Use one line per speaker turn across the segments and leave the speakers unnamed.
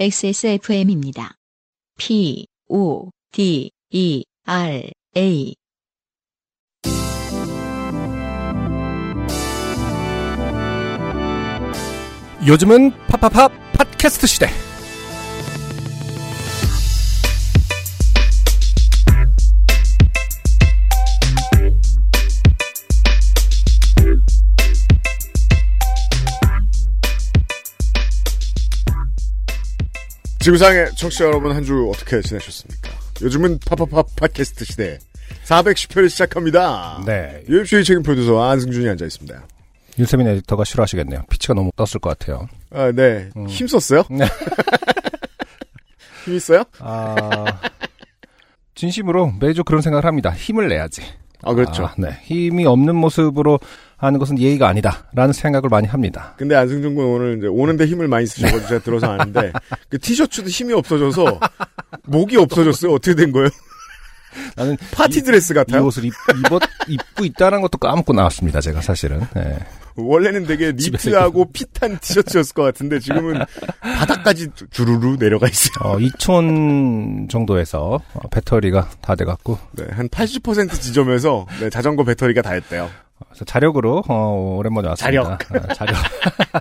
XSFM입니다. P, O, D, E, R, A.
요즘은 파파파 팟캐스트 시대.
지구상의 청취자 여러분 한 주 어떻게 지내셨습니까? 요즘은 파파파 팟캐스트 시대 410회를 시작합니다.
네.
UMC의 책임 프로듀서 안승준이 앉아 있습니다.
윤세민 에디터가 싫어하시겠네요. 피치가 너무 떴을 것 같아요.
아, 네. 힘썼어요?
네.
힘 있어요?
아, 진심으로 매주 그런 생각을 합니다. 힘을 내야지.
아, 그렇죠.
아, 네. 힘이 없는 모습으로 하는 것은 예의가 아니다라는 생각을 많이 합니다.
근데 안승준 군 오늘 이제 오는데 힘을 많이 쓰셔가지고 제가 들어서 아는데 그 티셔츠도 힘이 없어져서 목이 없어졌어요. 어떻게 된 거예요?
나는
파티 드레스
이
같아요?
옷을 입, 입었, 입고 있다는 것도 까먹고 나왔습니다. 제가 사실은. 네.
원래는 되게
집에서
니트하고 핏한 티셔츠였을 것 같은데 지금은 바닥까지 주르르 내려가 있어요.
어, 2촌 정도에서 어, 배터리가 다 돼갖고
네, 한 80% 지점에서 네, 자전거 배터리가 다 했대요.
그래서 자력으로 어, 오랜만에 왔습니다. 아, 자력.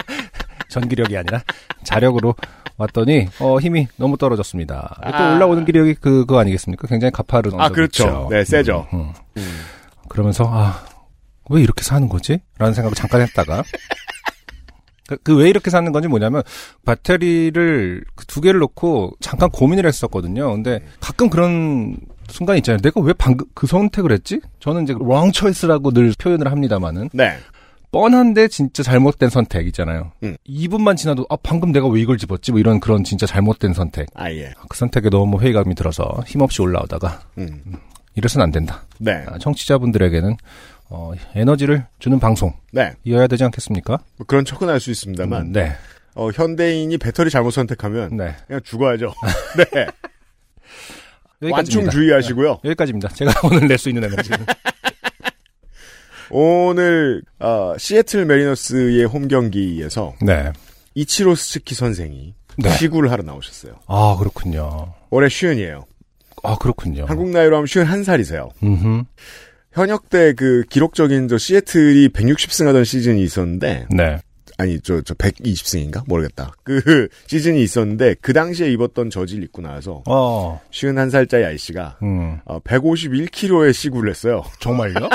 전기력이 아니라 자력으로 왔더니 어, 힘이 너무 떨어졌습니다. 또 올라오는 기력이 그, 그거 아니겠습니까? 굉장히 가파른
아, 그렇죠.
언덕이죠.
네, 세죠.
음, 음. 그러면서 아, 왜 이렇게 사는 거지? 라는 생각을 잠깐 했다가 그 왜 이렇게 사는 건지 뭐냐면 배터리를 그두 개를 놓고 잠깐 고민을 했었거든요. 근데 가끔 그런 순간 있잖아요. 내가 왜 방금 그 선택을 했지? 저는 이제 wrong choice라고 늘 표현을 합니다만은
네.
뻔한데 진짜 잘못된 선택 있잖아요.
음.
2분만 지나도 아 방금 내가 왜 이걸 집었지? 뭐 이런 그런 진짜 잘못된 선택.
아, 예.
그 선택에 너무 회의감이 들어서 힘없이 올라오다가
음.
이래선 안 된다.
네.
아, 청취자분들에게는 어, 에너지를 주는 방송이어야
네.
되지 않겠습니까?
뭐 그런 척은 할 수 있습니다만,
음, 네,
어, 현대인이 배터리 잘못 선택하면,
네. 그러니까
그냥 죽어야죠. 네. 완충
여기까지입니다. 네.
주의하시고요.
여기까지입니다. 제가 오늘 낼 수 있는 에너지는
오늘, 어, 시애틀 메리너스의 홈 경기에서
네.
이치로 스즈키 선생이
네.
시구를 하러 나오셨어요.
아 그렇군요.
올해 쉰이에요.
아 그렇군요.
한국 나이로 하면 쉰한 살이세요.
음흠.
현역 때 그 기록적인 저 시애틀이 160승 하던 시즌이 있었는데,
네.
아니 저 저 120승인가 모르겠다. 그 시즌이 있었는데 그 당시에 입었던 저지를 입고 나와서
어.
51살짜리 아이씨가
음.
어, 151kg의 시구를 했어요.
정말요?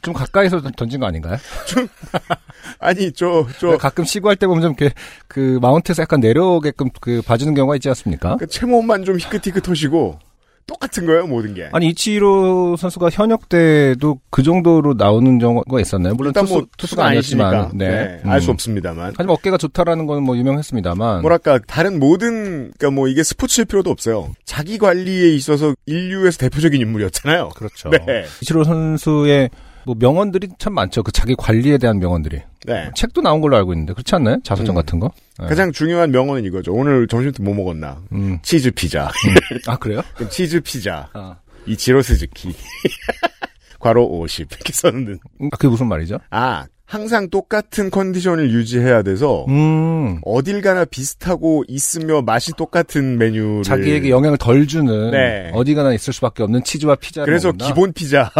좀 가까이서 던- 던진 거 아닌가요?
아니 저
근데
저
네, 그러니까 가끔 시구할 때 보면 좀 이렇게 그 마운트에서 약간 내려오게끔 그 봐주는 경우가 있지 않습니까?
그 체모만 좀 희끗희끗하시고 똑같은 거예요 모든 게.
아니 이치로 선수가 현역 때도 그 정도로 나오는 경우가 있었나요? 물론
일단
투수,
뭐
투수가
투수가 아니시니까
아니었지만, 네,
알 수
음.
없습니다만.
하지만 어깨가 좋다라는 건 뭐 유명했습니다만,
뭐랄까 다른 모든 그러니까 뭐 이게 스포츠일 필요도 없어요. 자기 관리에 있어서 인류에서 대표적인 인물이었잖아요.
그렇죠.
네,
이치로 선수의 뭐 명언들이 참 많죠. 그 자기 관리에 대한 명언들이
네.
책도 나온 걸로 알고 있는데 그렇지 않나요? 자서전
음.
같은 거? 네.
가장 중요한 명언은 이거죠. 오늘 점심 때 뭐 먹었나?
음.
치즈 피자. 그렇죠.
아 그래요?
그럼 치즈 피자.
아.
이치로 스즈키. 괄호 50. 이렇게 썼는.
음, 아, 그게 무슨 말이죠?
아, 항상 똑같은 컨디션을 유지해야 돼서,
음.
어딜 가나 비슷하고 있으며 맛이 똑같은 메뉴를.
자기에게 영향을 덜 주는
네.
어디가나 있을 수밖에 없는 치즈와 피자를
그래서
먹는다?
기본 피자.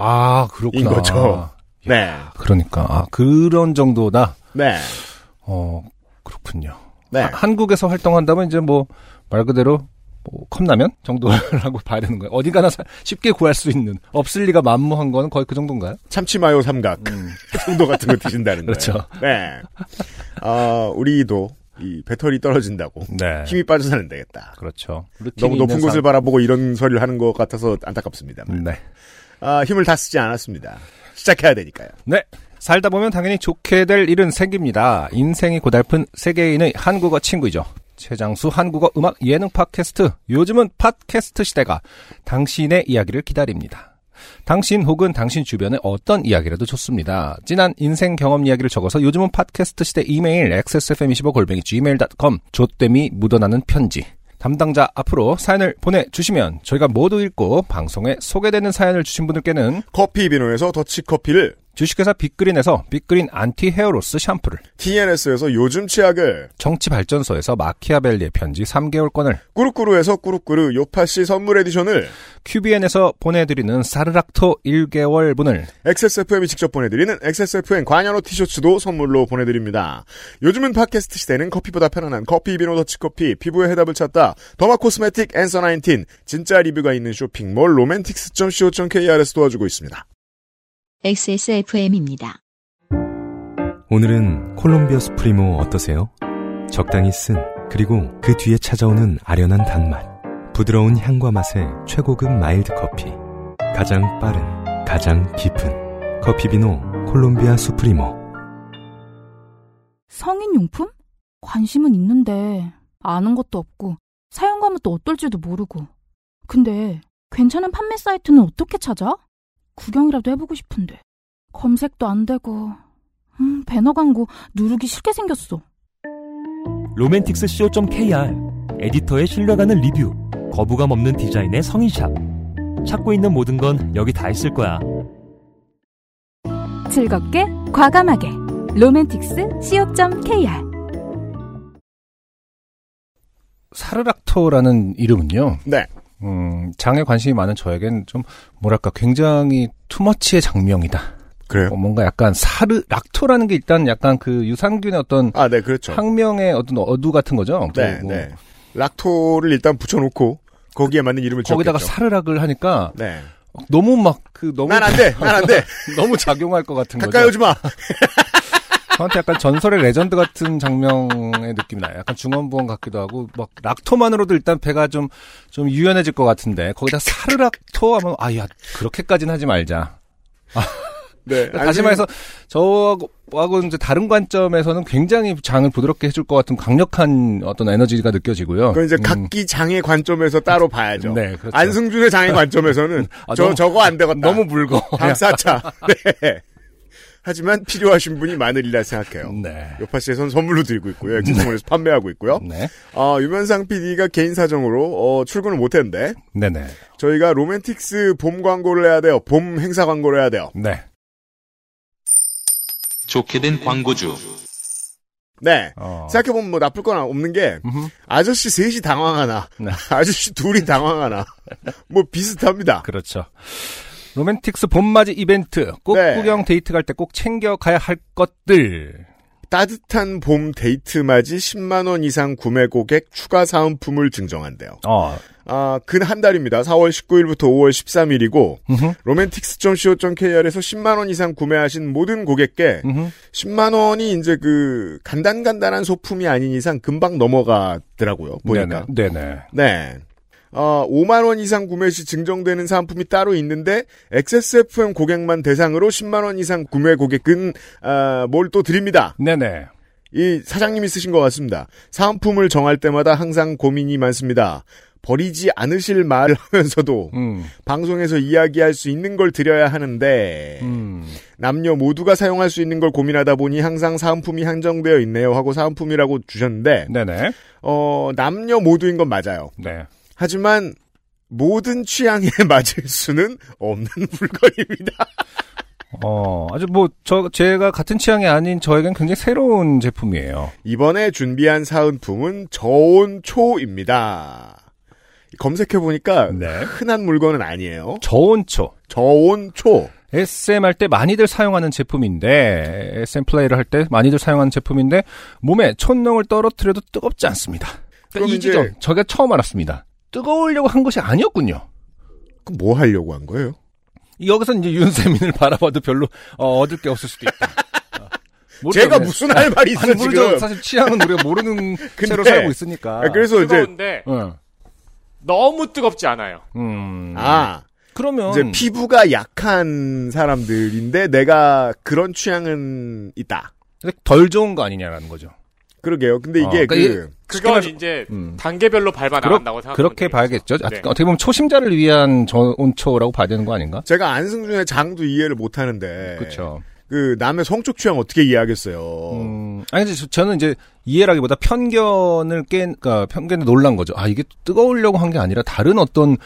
아 그렇구나
인 거죠. 네.
그러니까 아, 그런 정도다
네.
어 그렇군요
네.
아, 한국에서 활동한다면 이제 뭐 말 그대로 뭐 컵라면 정도라고 봐야 되는 거예요 어디가나 사- 쉽게 구할 수 있는 없을 리가 만무한 건 거의 그 정도인가요
참치마요 삼각. 그 정도 같은 거 드신다는 거예요.
음. 그렇죠.
네. 아, 우리도 이 배터리 떨어진다고.
네
힘이 빠져서는 안 되겠다.
그렇죠
너무 높은 곳을 바라보고 이런 소리를 하는 것 같아서 안타깝습니다.
네.
아, 힘을 다 쓰지 않았습니다. 시작해야 되니까요.
네. 살다 보면 당연히 좋게 될 일은 생깁니다. 인생이 고달픈 세계인의 한국어 친구이죠. 최장수 한국어 음악 예능 팟캐스트. 요즘은 팟캐스트 시대가 당신의 이야기를 기다립니다. 당신 혹은 당신 주변의 어떤 이야기라도 좋습니다. 진한 인생 경험 이야기를 적어서 요즘은 팟캐스트 시대 이메일 xsfm25골뱅이 gmail.com 조땜이 묻어나는 편지 담당자 앞으로 사연을 보내주시면 저희가 모두 읽고 방송에 소개되는 사연을 주신 분들께는
커피 비누에서 더치 커피를
주식회사 빅그린에서 빅그린 안티 헤어로스 샴푸를,
TNS에서 요즘 치약을,
정치발전소에서 마키아벨리의 편지 3개월권을,
꾸루꾸루에서 꾸루꾸루 요파시 선물 에디션을,
QBN에서 보내드리는 사르락토 1개월분을,
XSFM이 직접 보내드리는 XSFM 관여로 티셔츠도 선물로 보내드립니다. 요즘은 팟캐스트 시대는 커피보다 편안한 커피 비노 더치커피, 피부의 해답을 찾다, 더마 코스메틱 앤서 19, 진짜 리뷰가 있는 쇼핑몰 로맨틱스.co.kr에서 도와주고 있습니다.
XSFM입니다.
오늘은 콜롬비아 수프리모 어떠세요? 적당히 쓴 그리고 그 뒤에 찾아오는 아련한 단맛 부드러운 향과 맛의 최고급 마일드 커피 가장 빠른 가장 깊은 커피 비노 콜롬비아 수프리모
성인용품? 관심은 있는데 아는 것도 없고 사용감은 또 어떨지도 모르고 근데 괜찮은 판매 사이트는 어떻게 찾아? 구경이라도 해보고 싶은데 검색도 안 되고 음, 배너 광고 누르기 싫게 생겼어
로맨틱스co.kr 에디터의 신뢰가는 리뷰 거부감 없는 디자인의 성인샵 찾고 있는 모든 건 여기 다 있을 거야
즐겁게 과감하게 로맨틱스 co.kr
사르락토라는 이름은요,
네.
음, 장에 관심이 많은 저에겐 좀, 뭐랄까, 굉장히 투머치의 장명이다.
그래요?
어, 뭔가 약간 사르락토라는 게 일단 약간 그 유산균의 어떤
아, 네, 그렇죠.
항명의 어떤 어두 같은 거죠.
네,
그리고 뭐
네. 락토를 일단 붙여놓고, 거기에 맞는 이름을
거기다가
지었겠죠.
사르락을 하니까
네.
너무 막 그 너무
난 안 돼! 난 안 돼!
너무 작용할 것 같은
가까이
거죠.
오지 마!
저한테 약간 전설의 레전드 같은 장면의 느낌이 나요. 약간 중원부원 같기도 하고 막 락토만으로도 일단 배가 좀 좀 유연해질 것 같은데 거기다 사르락토 하면 아야 그렇게까지는 하지 말자. 그러니까
네.
다시 말해서 저하고 이제 다른 관점에서는 굉장히 장을 부드럽게 해줄 것 같은 강력한 어떤 에너지가 느껴지고요.
그건 이제
음.
각기 장의 관점에서 따로 봐야죠.
네, 그렇죠.
안승준의 장의 관점에서는
아,
저
너무-
저거 안 되겠다.
너무 물고
감사차. 네. 하지만 필요하신 분이 많으리라 생각해요.
네.
요파 씨에선 선물로 드리고 있고요. 엑스몰에서 판매하고 있고요.
네.
아, 유면상 PD가 개인 사정으로 어, 출근을 못했는데
네네.
저희가 로맨틱스 봄 광고를 해야 돼요. 봄 행사 광고를 해야 돼요.
네.
좋게 된 광고주.
네.
어.
생각해보면 뭐 나쁠 건 없는 게
음흠.
아저씨 셋이 당황하나
네.
아저씨 둘이 당황하나 뭐 비슷합니다.
그렇죠. 로맨틱스 봄맞이 이벤트. 꼭
네.
구경 데이트 갈 때 꼭 챙겨가야 할 것들.
따뜻한 봄 데이트 맞이 10만원 이상 구매 고객 추가 사은품을 증정한대요.
어.
아, 근 한 달입니다. 4월 19일부터 5월 13일이고,
음흠.
로맨틱스.co.kr에서 10만원 이상 구매하신 모든 고객께,
음흠.
10만원이 이제 그, 간단간단한 소품이 아닌 이상 금방 넘어가더라고요. 보니까.
네네. 네네.
네. 어, 5만원 이상 구매 시 증정되는 상품이 따로 있는데, XSFM 고객만 대상으로 10만원 이상 구매 고객은, 아, 뭘 또 드립니다.
네네.
이 사장님이 쓰신 것 같습니다. 사은품을 정할 때마다 항상 고민이 많습니다. 버리지 않으실 말을 하면서도
음.
방송에서 이야기할 수 있는 걸 드려야 하는데
음.
남녀 모두가 사용할 수 있는 걸 고민하다 보니 항상 사은품이 한정되어 있네요 하고 사은품이라고 주셨는데
네네.
어 남녀 모두인 건 맞아요.
네.
하지만 모든 취향에 맞을 수는 없는 물건입니다.
어, 아주 뭐, 저, 제가 같은 취향이 아닌 저에겐 굉장히 새로운 제품이에요.
이번에 준비한 사은품은 저온초입니다. 검색해보니까
네.
흔한 물건은 아니에요.
저온초.
저온초.
SM 할 때 많이들 사용하는 제품인데, SM 플레이를 할 때 많이들 사용하는 제품인데, 몸에 촌농을 떨어뜨려도 뜨겁지 않습니다.
그럼
그러니까 이
이제-
지점, 저가 처음 알았습니다. 뜨거우려고 한 것이 아니었군요.
그럼 뭐 하려고 한 거예요?
여기서 이제 윤세민을 바라봐도 별로 어, 얻을 게 없을 수도 있다. 어, 모르죠.
제가
네.
무슨 할 말이 있어
아니, 모르죠.
지금.
사실 취향은 우리가 모르는 채로
근데-
살고 있으니까.
아, 그래서 이제
뜨거운데
응.
너무 뜨겁지 않아요.
음.
아
그러면
이제 피부가 약한 사람들인데 내가 그런 취향은 있다.
덜 좋은 거 아니냐라는 거죠.
그러게요. 근데
어,
이게
그러니까
그
이게-
그건
쉽게
이제
음.
단계별로 밟아
그렇-
나간다고 생각.
그렇게 봐야겠죠. 아,
네.
어떻게 보면 초심자를 위한 저온초라고 봐야 되는 거 아닌가?
제가 안승준의 장도 이해를 못하는데
그렇죠.
그 남의 성적 취향 어떻게 이해하겠어요?
음, 아니 근데 저- 저는 이제 이해라기보다 편견을 깬, 그러니까 편견에 놀란 거죠. 아 이게 뜨거우려고 한 게 아니라 다른 어떤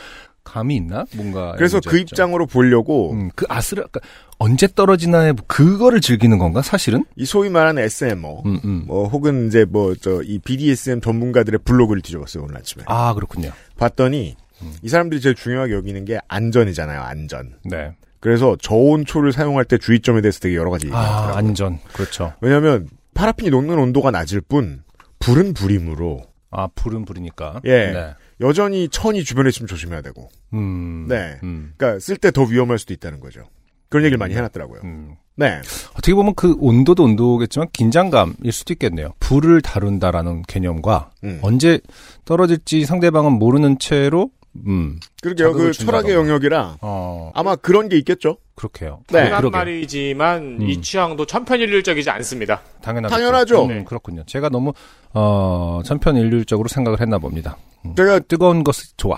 감이 있나? 뭔가.
그래서 그
문제였죠.
입장으로 보려고
음, 그 아스라, 그러니까 언제 떨어지나에 그거를 즐기는 건가, 사실은?
이 소위 말하는 SMO
음, 음.
뭐 혹은 이제 뭐 저 이 BDSM 전문가들의 블로그를 뒤져봤어요 오늘 아침에
아, 음. 그렇군요.
봤더니 이 사람들이 제일 중요하게 여기는 게 안전이잖아요 안전.
네.
그래서 저온초를 사용할 때 주의점에 대해서 되게 여러
아,
가지 얘기하더라고요.
안전. 그렇죠.
왜냐하면 파라핀이 녹는 온도가 낮을 뿐 불은 불이므로
아, 불은 불이니까.
예.
네.
여전히 천이 주변에 있으면 조심해야 되고
음.
네.
음.
그러니까 쓸 때 더 위험할 수도 있다는 거죠. 그런 얘기를 많이 해놨더라고요.
음.
네.
어떻게 보면 그 온도도 온도겠지만 긴장감일 수도 있겠네요. 불을 다룬다라는 개념과
음.
언제 떨어질지 상대방은 모르는 채로 음.
그러게요.
자극을
그 철학의
준다던가.
영역이라
어,
아마 그런 게 있겠죠.
그렇게요.
네.
그러-
흔한
그러게요.
말이지만 이
음.
취향도 천편일률적이지 않습니다.
당연하죠.
당연하죠.
네.
음, 그렇군요. 제가 너무 어, 천편일률적으로 생각을 했나 봅니다.
제가
뜨거운 것이 좋아.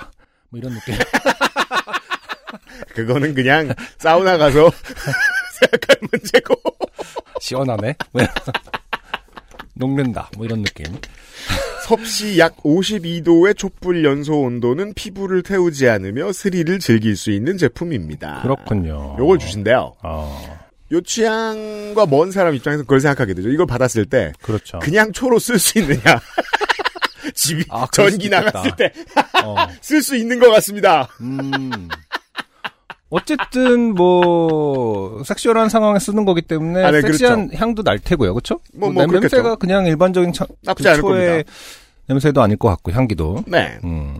뭐 이런 느낌.
그거는 그냥 사우나 가서 생각할 문제고
시원하네. 뭐 녹는다. 뭐 이런 느낌.
섭씨 약 52도의 촛불 연소 온도는 피부를 태우지 않으며 스릴을 즐길 수 있는 제품입니다.
그렇군요.
요걸 주신대요.
어,
요 취향과 먼 사람 입장에서 그걸 생각하게 되죠. 이걸 받았을 때
그렇죠.
그냥 초로 쓸 수 있느냐. 집이
아, 그럴
전기
수도 있겠다.
나갔을
어.
때 쓸 수 있는 것 같습니다.
음. 어쨌든 뭐 섹시얼한 상황에 쓰는 거기 때문에
아, 네,
섹시한 향도 날 테고요, 그렇죠?
뭐, 뭐,
냄새가
그렇겠죠.
그냥 일반적인 차,
나쁘지 않을
그 초의
겁니다.
냄새도 아닐 것 같고 향기도.
네.
음.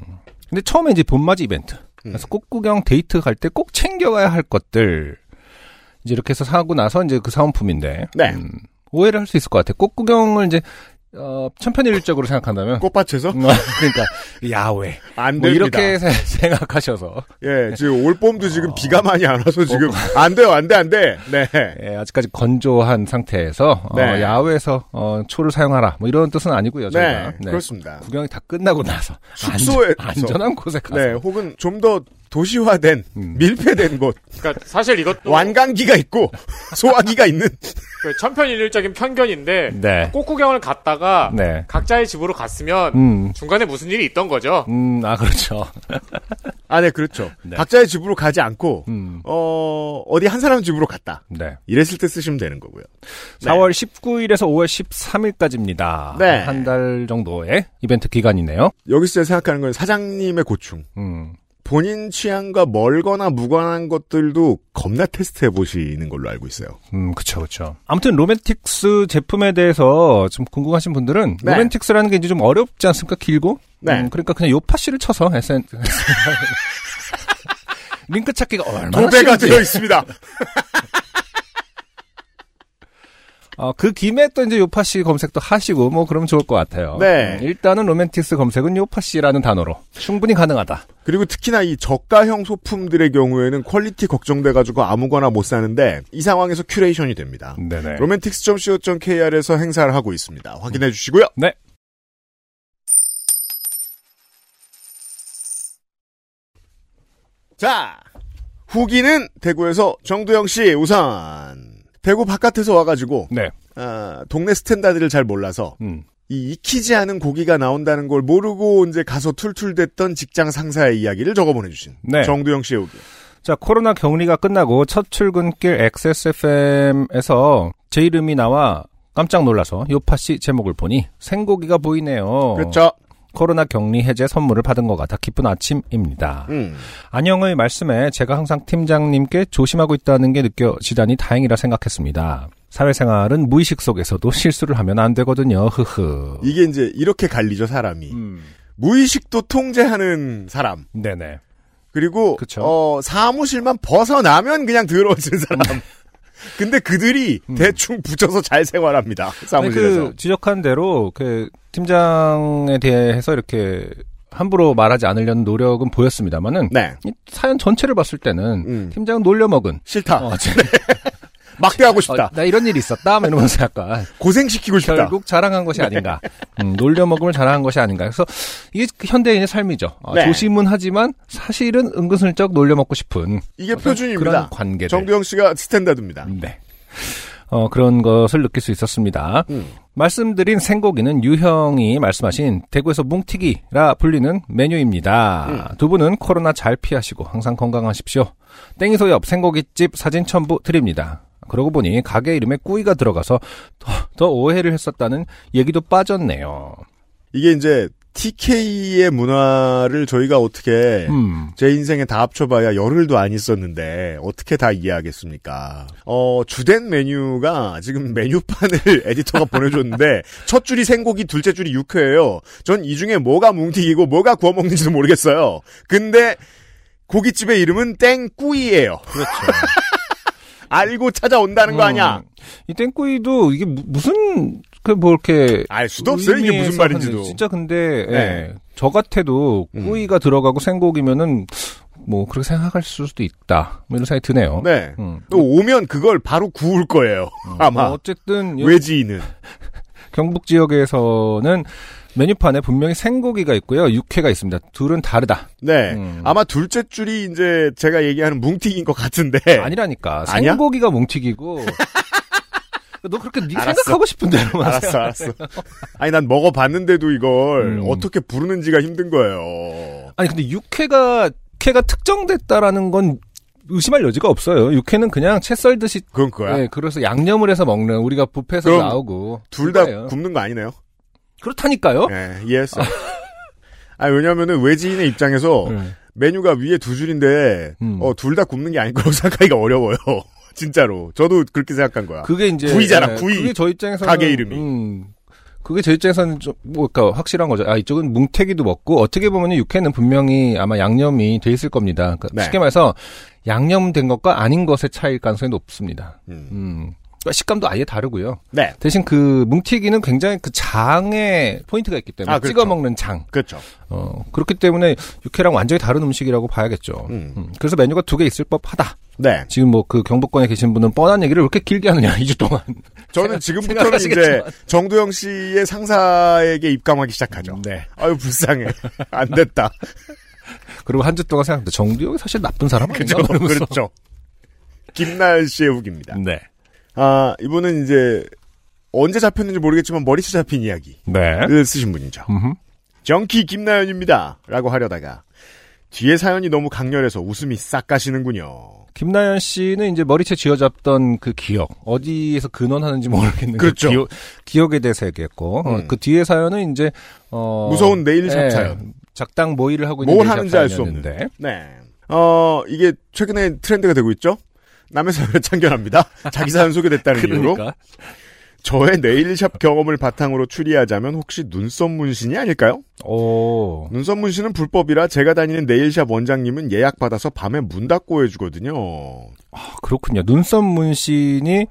근데 처음에 이제 봄맞이 이벤트. 그래서 꽃구경 데이트 갈 때 꼭 챙겨가야 할 것들. 이제 이렇게 해서 사고 나서 이제 그 사은품인데.
네.
음, 오해를 할 수 있을 것 같아. 요 꽃구경을 이제 어, 천편일률적으로 생각한다면.
꽃밭에서
음, 그러니까 야외.
안
뭐
됩니다.
이렇게 세- 생각하셔서.
예, 지금 올 봄도 지금 비가 많이 안
어,
와서 지금 안 돼요, 안 돼, 안 돼. 네.
예, 아직까지 건조한 상태에서 어,
네.
야외에서 어, 초를 사용하라 뭐 이런 뜻은 아니고요 저희가
네,
네.
그렇습니다.
구경이 다 끝나고 나서
숙소에서.
안전, 한 곳에 가서
네, 혹은 좀 더 도시화된
음.
밀폐된 곳,
그러니까 사실 이것도
완강기가 있고 소화기가 있는.
그 천편일률적인 편견인데
네.
꽃구경을 갔다가
네.
각자의 집으로 갔으면
음,
중간에 무슨 일이 있던 거죠.
음, 아 그렇죠.
아, 네, 그렇죠.
네.
각자의 집으로 가지 않고
음,
어 어디 한 사람 집으로 갔다.
네.
이랬을 때 쓰시면 되는 거고요. 네.
4월 19일에서 5월 13일까지입니다.
네.
한 달 정도의 이벤트 기간이네요.
여기서 제가 생각하는 건 사장님의 고충.
음,
본인 취향과 멀거나 무관한 것들도 겁나 테스트해 보시는 걸로 알고 있어요.
음, 그쵸, 그쵸. 아무튼 로맨틱스 제품에 대해서 좀 궁금하신 분들은
네.
로맨틱스라는 게 이제 좀 어렵지 않습니까? 길고?
네.
음, 그러니까 그냥 요파씨를 쳐서 SN. 링크 찾기가 얼마나
도배가
쉬운지.
되어 있습니다.
어, 그 김에 또 이제 요파씨 검색도 하시고 뭐 그러면 좋을 것 같아요.
네.
음, 일단은 로맨틱스 검색은 요파씨라는 단어로 충분히 가능하다.
그리고 특히나 이 저가형 소품들의 경우에는 퀄리티 걱정돼가지고 아무거나 못 사는데 이 상황에서 큐레이션이 됩니다.
네네.
로맨틱스.co.kr에서 행사를 하고 있습니다. 확인해 주시고요.
네.
자, 후기는 대구에서 정두영 씨 우선 대구 바깥에서 와가지고
네.
아, 동네 스탠다드를 잘 몰라서
음.
이 익히지 않은 고기가 나온다는 걸 모르고 이제 가서 툴툴댔던 직장 상사의 이야기를 적어 보내주신
네.
정두영 씨의 후기.
자, 코로나 격리가 끝나고 첫 출근길 XSFM에서 제 이름이 나와 깜짝 놀라서 요파 씨 제목을 보니 생고기가 보이네요.
그렇죠.
코로나 격리 해제 선물을 받은 것 같아 기쁜 아침입니다.
음.
안녕의 말씀에 제가 항상 팀장님께 조심하고 있다는 게 느껴지다니 다행이라 생각했습니다. 사회생활은 무의식 속에서도 실수를 하면 안 되거든요. 흐흐.
이게 이제 이렇게 갈리죠 사람이
뭐. 음.
무의식도 통제하는 사람
네네.
그리고
그쵸.
어, 사무실만 벗어나면 그냥 더러워지는
음.
사람. 근데 그들이 대충 붙여서 잘 생활합니다 사무실에서.
그 지적한 대로 그 팀장에 대해서 이렇게 함부로 말하지 않으려는 노력은 보였습니다만은
네.
이 사연 전체를 봤을 때는
음. 아,
팀장 은 놀려먹은
싫다.
어, 쟤-
막대하고
어,
싶다.
나 이런 일이 있었다 막 이러면서 약간
고생시키고 싶다. 네.
결국 자랑한 것이 아닌가 음, 놀려먹음을 자랑한 것이 아닌가 그래서 이게 현대인의 삶이죠 어,
네.
조심은 하지만 사실은 은근슬쩍 놀려먹고 싶은
이게
어떤 그런
표준입니다.
관계들 음.
정두영 씨가 스탠다드입니다.
네. 어, 그런 것을 느낄 수 있었습니다.
음.
말씀드린 생고기는 유형이 말씀하신 대구에서 뭉티기라 불리는 메뉴입니다.
음.
두 분은 코로나 잘 피하시고 항상 건강하십시오. 땡이소 옆 생고기집 사진 첨부 드립니다. 그러고 보니 가게 이름에 꾸이가 들어가서 더, 더 오해를 했었다는 얘기도 빠졌네요.
이게 이제 TK의 문화를 저희가 어떻게
음.
제 인생에 다 합쳐봐야 열흘도 안 있었는데 어떻게 다 이해하겠습니까? 어 주된 메뉴가 지금 메뉴판을 에디터가 보내줬는데 첫 줄이 생고기, 둘째 줄이 육회예요. 전 이 중에 뭐가 뭉티기고 뭐가 구워 먹는지도 모르겠어요. 근데 고깃집의 이름은 땡꾸이예요. 그렇죠. 알고 찾아온다는 거 아니야?
음. 이 땡꾸이도 이게 무- 무슨 그 뭐 이렇게
알 수도 없어요 이게 무슨
의미에서
말인지도.
하는지. 진짜 근데 예.
네.
저 같아도
음.
꾸이가 들어가고 생고기면은 뭐 그렇게 생각할 수도 있다. 뭐 이런 생각이 드네요.
네.
음.
또 오면 그걸 바로 구울 거예요.
뭐
아마
어쨌든 요
외지인은.
경북 지역에서는 메뉴판에 분명히 생고기가 있고요, 육회가 있습니다. 둘은 다르다.
네.
음.
아마 둘째 줄이 이제 제가 얘기하는 뭉팅인 것 같은데.
아니라니까.
네. 아니야?
생고기가 뭉튀기고. 너 그렇게 네
알았어.
생각하고 싶은 대로만 하세요.
알았어, 알았어. 아니, 난 먹어봤는데도 이걸
음.
어떻게 부르는지가 힘든 거예요.
아니 근데 육회가 육회가 특정됐다라는 건 의심할 여지가 없어요. 육회는 그냥 채 썰듯이
그건 그거야.
네, 그래서 양념을 해서 먹는 우리가 뷔페에서
그럼
나오고
둘 다
그거예요.
굽는 거 아니네요.
그렇다니까요.
예, 이해했어. 아, 왜냐면은 외지인의 입장에서
네.
메뉴가 위에 두 줄인데,
음.
어, 둘 다 굽는 게 아닌 거라고 생각하기가 어려워요. 진짜로. 저도 그렇게 생각한 거야.
그게 이제
어. 구이잖아,
네,
구이.
그게 저 입장에서는
가게 이름이.
음, 그게 저 입장에서는 좀뭐 그까 확실한 거죠. 아 이쪽은 뭉태기도 먹고 어떻게 보면 육회는 분명히 아마 양념이 돼 있을 겁니다. 그러니까
네.
쉽게 말해서 양념된 것과 아닌 것의 차이일 가능성이 높습니다.
음.
음. 그러니까 식감도 아예 다르고요.
네.
대신 그 뭉티기는 굉장히 그 장에 포인트가 있기 때문에
아, 그렇죠.
찍어 먹는 장.
그렇죠.
어, 그렇기 때문에 육회랑 완전히 다른 음식이라고 봐야겠죠.
음.
음, 그래서 메뉴가 두 개 있을 법하다.
네.
지금 뭐 그 경복권에 계신 분은 뻔한 얘기를 왜 이렇게 길게 하느냐 2주 동안.
저는
생각-
지금부터는 이제
생각하시겠지만.
정두영 씨의 상사에게 입감하기 시작하죠.
네.
아유 불쌍해. 안 됐다.
그리고 한 주 동안 생각합니다. 정두영이 사실 나쁜 사람 아닌가?
그죠?
그러면서.
그렇죠. 김나연 씨의 후기입니다.
네.
아 이분은 이제 언제 잡혔는지 모르겠지만 머리채 잡힌 이야기를
네.
쓰신 분이죠.
음흠.
정키 김나연입니다라고 하려다가 뒤에 사연이 너무 강렬해서 웃음이 싹 가시는군요.
김나연 씨는 이제 머리채 쥐어잡던 그 기억 어디에서 근원하는지 모르겠는데
그렇죠.
기억, 기억에 대해서 얘기했고 어,
음.
그 뒤에 사연은 이제 어,
무서운 내일
예,
잡사연.
작당 모의를 하고 있는
뭘
내일
하는지 알 수
잡사연이었는데.
없는. 네. 어 이게 최근에 트렌드가 되고 있죠. 남의 사연을 참견합니다. 자기 사연 소개됐다는 이유로.
그러니까
저의 네일샵 경험을 바탕으로 추리하자면 혹시 눈썹 문신이 아닐까요?
오
눈썹 문신은 불법이라 제가 다니는 네일샵 원장님은 예약 받아서 밤에 문 닫고 해주거든요.
아, 그렇군요. 눈썹 문신이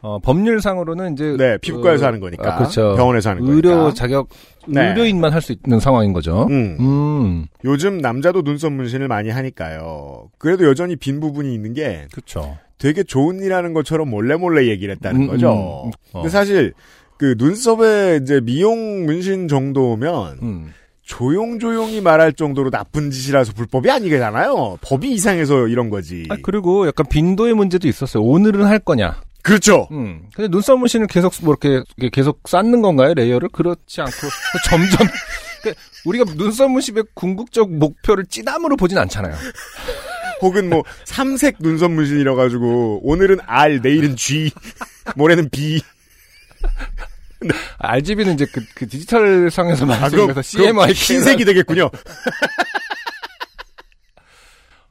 어, 법률상으로는 이제
네,
그-
피부과에서 하는 거니까.
아, 그렇죠.
병원에서 하는
의료
거니까.
자격
네.
의료인만 할 수 있는 상황인 거죠.
음.
음,
요즘 남자도 눈썹 문신을 많이 하니까요. 그래도 여전히 빈 부분이 있는 게
그렇죠.
되게 좋은 일 하는 것처럼 몰래 몰래 얘기를 했다는
음,
거죠.
음, 음. 어.
근데 사실 그 눈썹에 이제 미용 문신 정도면
음.
조용조용히 말할 정도로 나쁜 짓이라서 불법이 아니잖아요. 법이 이상해서 이런 거지.
아, 그리고 약간 빈도의 문제도 있었어요. 오늘은 할 거냐.
그렇죠.
음. 근데 눈썹 문신을 계속 뭐 이렇게 이렇게 계속 쌓는 건가요 레이어를 그렇지 않고 점점 그러니까 우리가 눈썹 문신의 궁극적 목표를 찌담으로 보진 않잖아요.
혹은 뭐 삼색 눈썹 문신이라 가지고 오늘은 R, 내일은 G, 모레는 B.
RGB는 이제 그, 그 디지털 상에서
아,
말씀해서
그럼 그럼
CMYK
흰색이 되겠군요.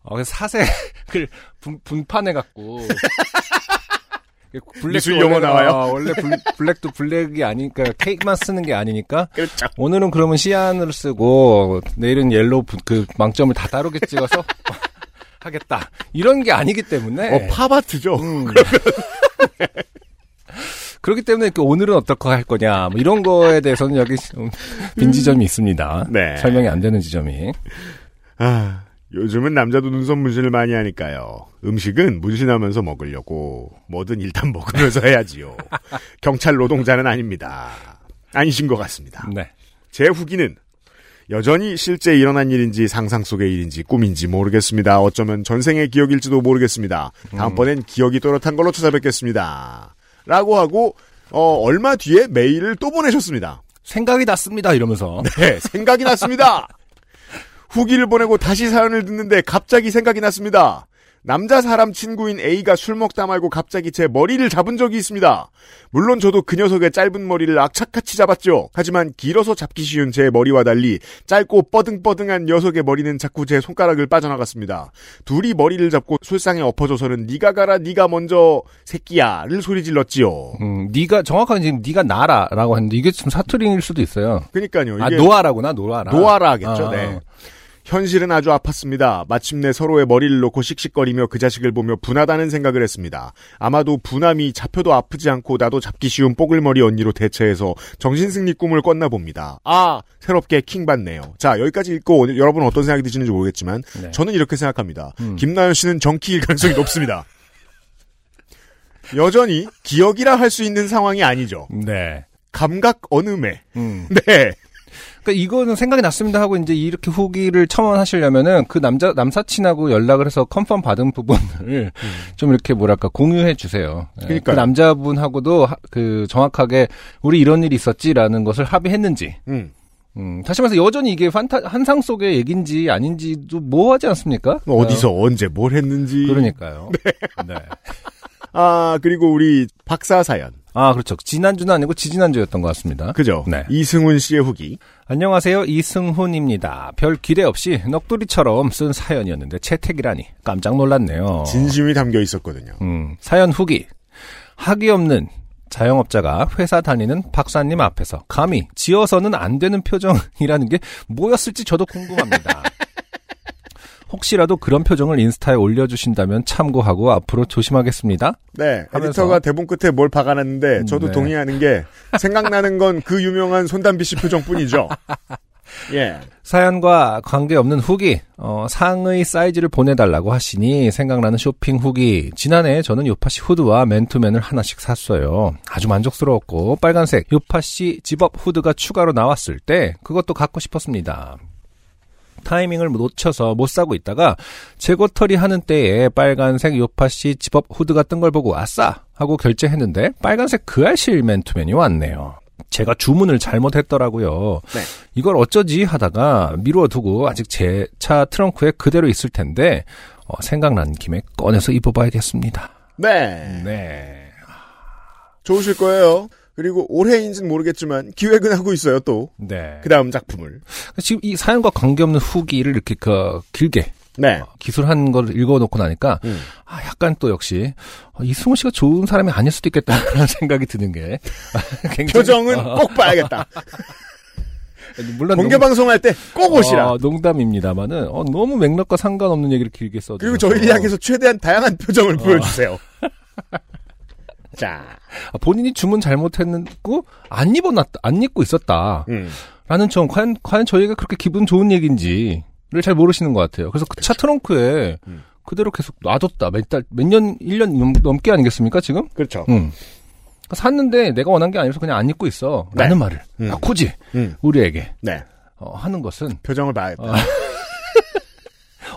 어, 그래서 사색을 분, 분판해 갖고
미술 용어 나와요?
원래 블- 블랙도 블랙이 아니니까 케이크만 쓰는 게 아니니까
그렇죠.
오늘은 그러면 시안을 쓰고 내일은 옐로우 부- 그 망점을 다 다르게 찍어서 하겠다 이런 게 아니기 때문에
어 팝아트죠.
음. 그렇기 때문에 그 오늘은 어떻게 할 거냐 뭐 이런 거에 대해서는 여기 좀 빈 지점이 있습니다.
네.
설명이 안 되는 지점이.
아, 요즘은 남자도 눈썹 문신을 많이 하니까요. 음식은 문신하면서 먹으려고 뭐든 일단 먹으면서 해야지요. 경찰 노동자는 아닙니다. 아니신 것 같습니다.
네.
제 후기는 여전히 실제 일어난 일인지 상상 속의 일인지 꿈인지 모르겠습니다. 어쩌면 전생의 기억일지도 모르겠습니다. 다음번엔 기억이 또렷한 걸로 찾아뵙겠습니다. 라고 하고 어, 얼마 뒤에 메일을 또 보내셨습니다.
생각이 났습니다. 이러면서.
네, 생각이 났습니다. 후기를 보내고 다시 사연을 듣는데 갑자기 생각이 났습니다. 남자 사람 친구인 A가 술 먹다 말고 갑자기 제 머리를 잡은 적이 있습니다. 물론 저도 그 녀석의 짧은 머리를 악착같이 잡았죠. 하지만 길어서 잡기 쉬운 제 머리와 달리 짧고 뻐등뻐등한 녀석의 머리는 자꾸 제 손가락을 빠져나갔습니다. 둘이 머리를 잡고 술상에 엎어져서는 네가 가라 네가 먼저 새끼야를 소리질렀지요.
음, 네가 정확하게 지금 네가 나라라고 했는데 이게 지금 사투리일 수도 있어요.
그러니까요.
아
이게
노아라구나 노아라.
노아라겠죠.
아,
네. 현실은 아주 아팠습니다. 마침내 서로의 머리를 놓고 씩씩거리며 그 자식을 보며 분하다는 생각을 했습니다. 아마도 분함이 잡혀도 아프지 않고 나도 잡기 쉬운 뽀글머리 언니로 대체해서 정신승리 꿈을 꿨나 봅니다. 아 새롭게 킹받네요. 자 여기까지 읽고 오늘 여러분 어떤 생각이 드시는지 모르겠지만
네.
저는 이렇게 생각합니다.
음.
김나연 씨는 정키일 가능성이 높습니다. 여전히 기억이라 할 수 있는 상황이 아니죠.
네.
감각 어느 매.
음.
네.
그러니까 이거는 생각이 났습니다 하고 이제 이렇게 후기를 첨언하시려면은 그 남자 남사친하고 연락을 해서 컨펌 받은 부분을 좀 이렇게 뭐랄까 공유해 주세요. 예,
음. 그러니까요.
그 남자분하고도 하- 그 정확하게 우리 이런 일이 있었지라는 것을 합의했는지.
음.
음, 다시 말해서 여전히 이게 판타 환상 속의 얘긴지 아닌지도 모호하지 않습니까?
뭐 어디서 언제 뭘 했는지.
아, 그러니까요. 네.
아, 그리고 우리 박사 사연.
아 그렇죠. 지난주는 아니고 지지난주였던 것 같습니다.
그죠?
네.
이승훈 씨의 후기.
안녕하세요. 이승훈입니다. 별 기대 없이 넋두리처럼 쓴 사연이었는데 채택이라니 깜짝 놀랐네요.
진심이 담겨 있었거든요.
음, 사연 후기. 학이 없는 자영업자가 회사 다니는 박사님 앞에서 감히 지어서는 안 되는 표정이라는 게 뭐였을지 저도 궁금합니다. 혹시라도 그런 표정을 인스타에 올려주신다면 참고하고 앞으로 조심하겠습니다.
네.
하면서.
에디터가 대본 끝에 뭘 박아놨는데, 저도
네.
동의하는 게, 생각나는 건 그 유명한 손담비 씨 표정 뿐이죠. 예.
사연과 관계없는 후기, 어, 상의 사이즈를 보내달라고 하시니 생각나는 쇼핑 후기. 지난해 저는 요파시 후드와 맨투맨을 하나씩 샀어요. 아주 만족스러웠고 빨간색 요파시 집업 후드가 추가로 나왔을 때 그것도 갖고 싶었습니다. 타이밍을 놓쳐서 못 사고 있다가 재고털이 하는 때에 빨간색 요파시 집업 후드가 뜬 걸 보고 아싸 하고 결제했는데 빨간색 그알실 맨투맨이 왔네요. 제가 주문을 잘못했더라고요. 이걸 어쩌지 하다가 미루어두고 아직 제 차 트렁크에 그대로 있을 텐데 어, 생각난 김에 꺼내서 입어봐야겠습니다.
네.
네.
좋으실 거예요. 그리고 올해인지는 모르겠지만, 기획은 하고 있어요, 또.
네.
그 다음 작품을.
지금 이 사연과 관계없는 후기를 이렇게 그 길게
네.
어. 기술한 걸 읽어놓고 나니까
음.
아, 약간 또 역시 어, 이승훈 씨가 좋은 사람이 아닐 수도 있겠다라는 생각이 드는 게 굉장히-
표정은
어,
꼭 봐야겠다.
물론
공개방송할 때 꼭 오시라.
농담입니다만은 어, 너무 맥락과 상관없는 얘기를 길게 써주
그리고 저희를 향해서 최대한 다양한 표정을
어.
보여주세요. 자.
아, 본인이 주문 잘못했고 안 입어놨다 안 입고 있었다라는
음.
점 과연 과연 저희가 그렇게 기분 좋은 얘기인지를 잘 모르시는 것 같아요. 그래서 그 차 트렁크에
음.
그대로 계속 놔뒀다 몇달몇년 1년 넘, 넘게 아니겠습니까 지금?
그렇죠.
음. 그러니까 샀는데 내가 원한 게 아니라서 그냥 안 입고 있어라는
네.
말을
음.
아, 굳이
음.
우리에게
네.
어, 하는 것은
표정을 봐야겠다.
어.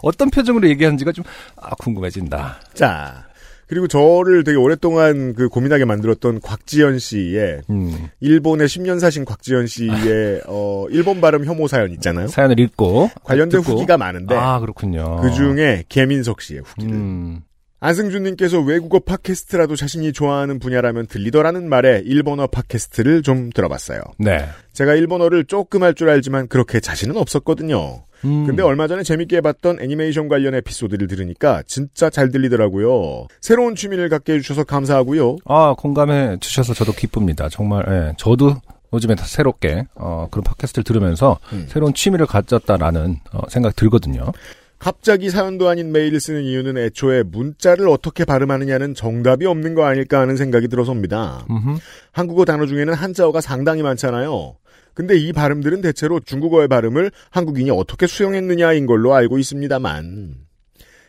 어떤 표정으로 얘기하는지가 좀 아, 궁금해진다.
자. 그리고 저를 되게 오랫동안 그 고민하게 만들었던 곽지연 씨의
음.
일본의 10년 사신 곽지연 씨의 어 일본 발음 혐오 사연 있잖아요.
사연을 읽고
관련된
듣고.
후기가 많은데
아 그렇군요.
그 중에 개민석 씨의 후기를
음.
안승준님께서 외국어 팟캐스트라도 자신이 좋아하는 분야라면 들리더라는 말에 일본어 팟캐스트를 좀 들어봤어요.
네.
제가 일본어를 조금 할 줄 알지만 그렇게 자신은 없었거든요.
음.
근데 얼마 전에 재밌게 봤던 애니메이션 관련 에피소드를 들으니까 진짜 잘 들리더라고요. 새로운 취미를 갖게 해주셔서 감사하고요.
아, 공감해 주셔서 저도 기쁩니다. 정말, 예. 저도 요즘에 다 새롭게, 어, 그런 팟캐스트를 들으면서
음.
새로운 취미를 가졌다라는, 어, 생각이 들거든요.
갑자기 사연도 아닌 메일을 쓰는 이유는 애초에 문자를 어떻게 발음하느냐는 정답이 없는 거 아닐까 하는 생각이 들어서입니다.
음흠.
한국어 단어 중에는 한자어가 상당히 많잖아요. 근데 이 발음들은 대체로 중국어의 발음을 한국인이 어떻게 수용했느냐인 걸로 알고 있습니다만.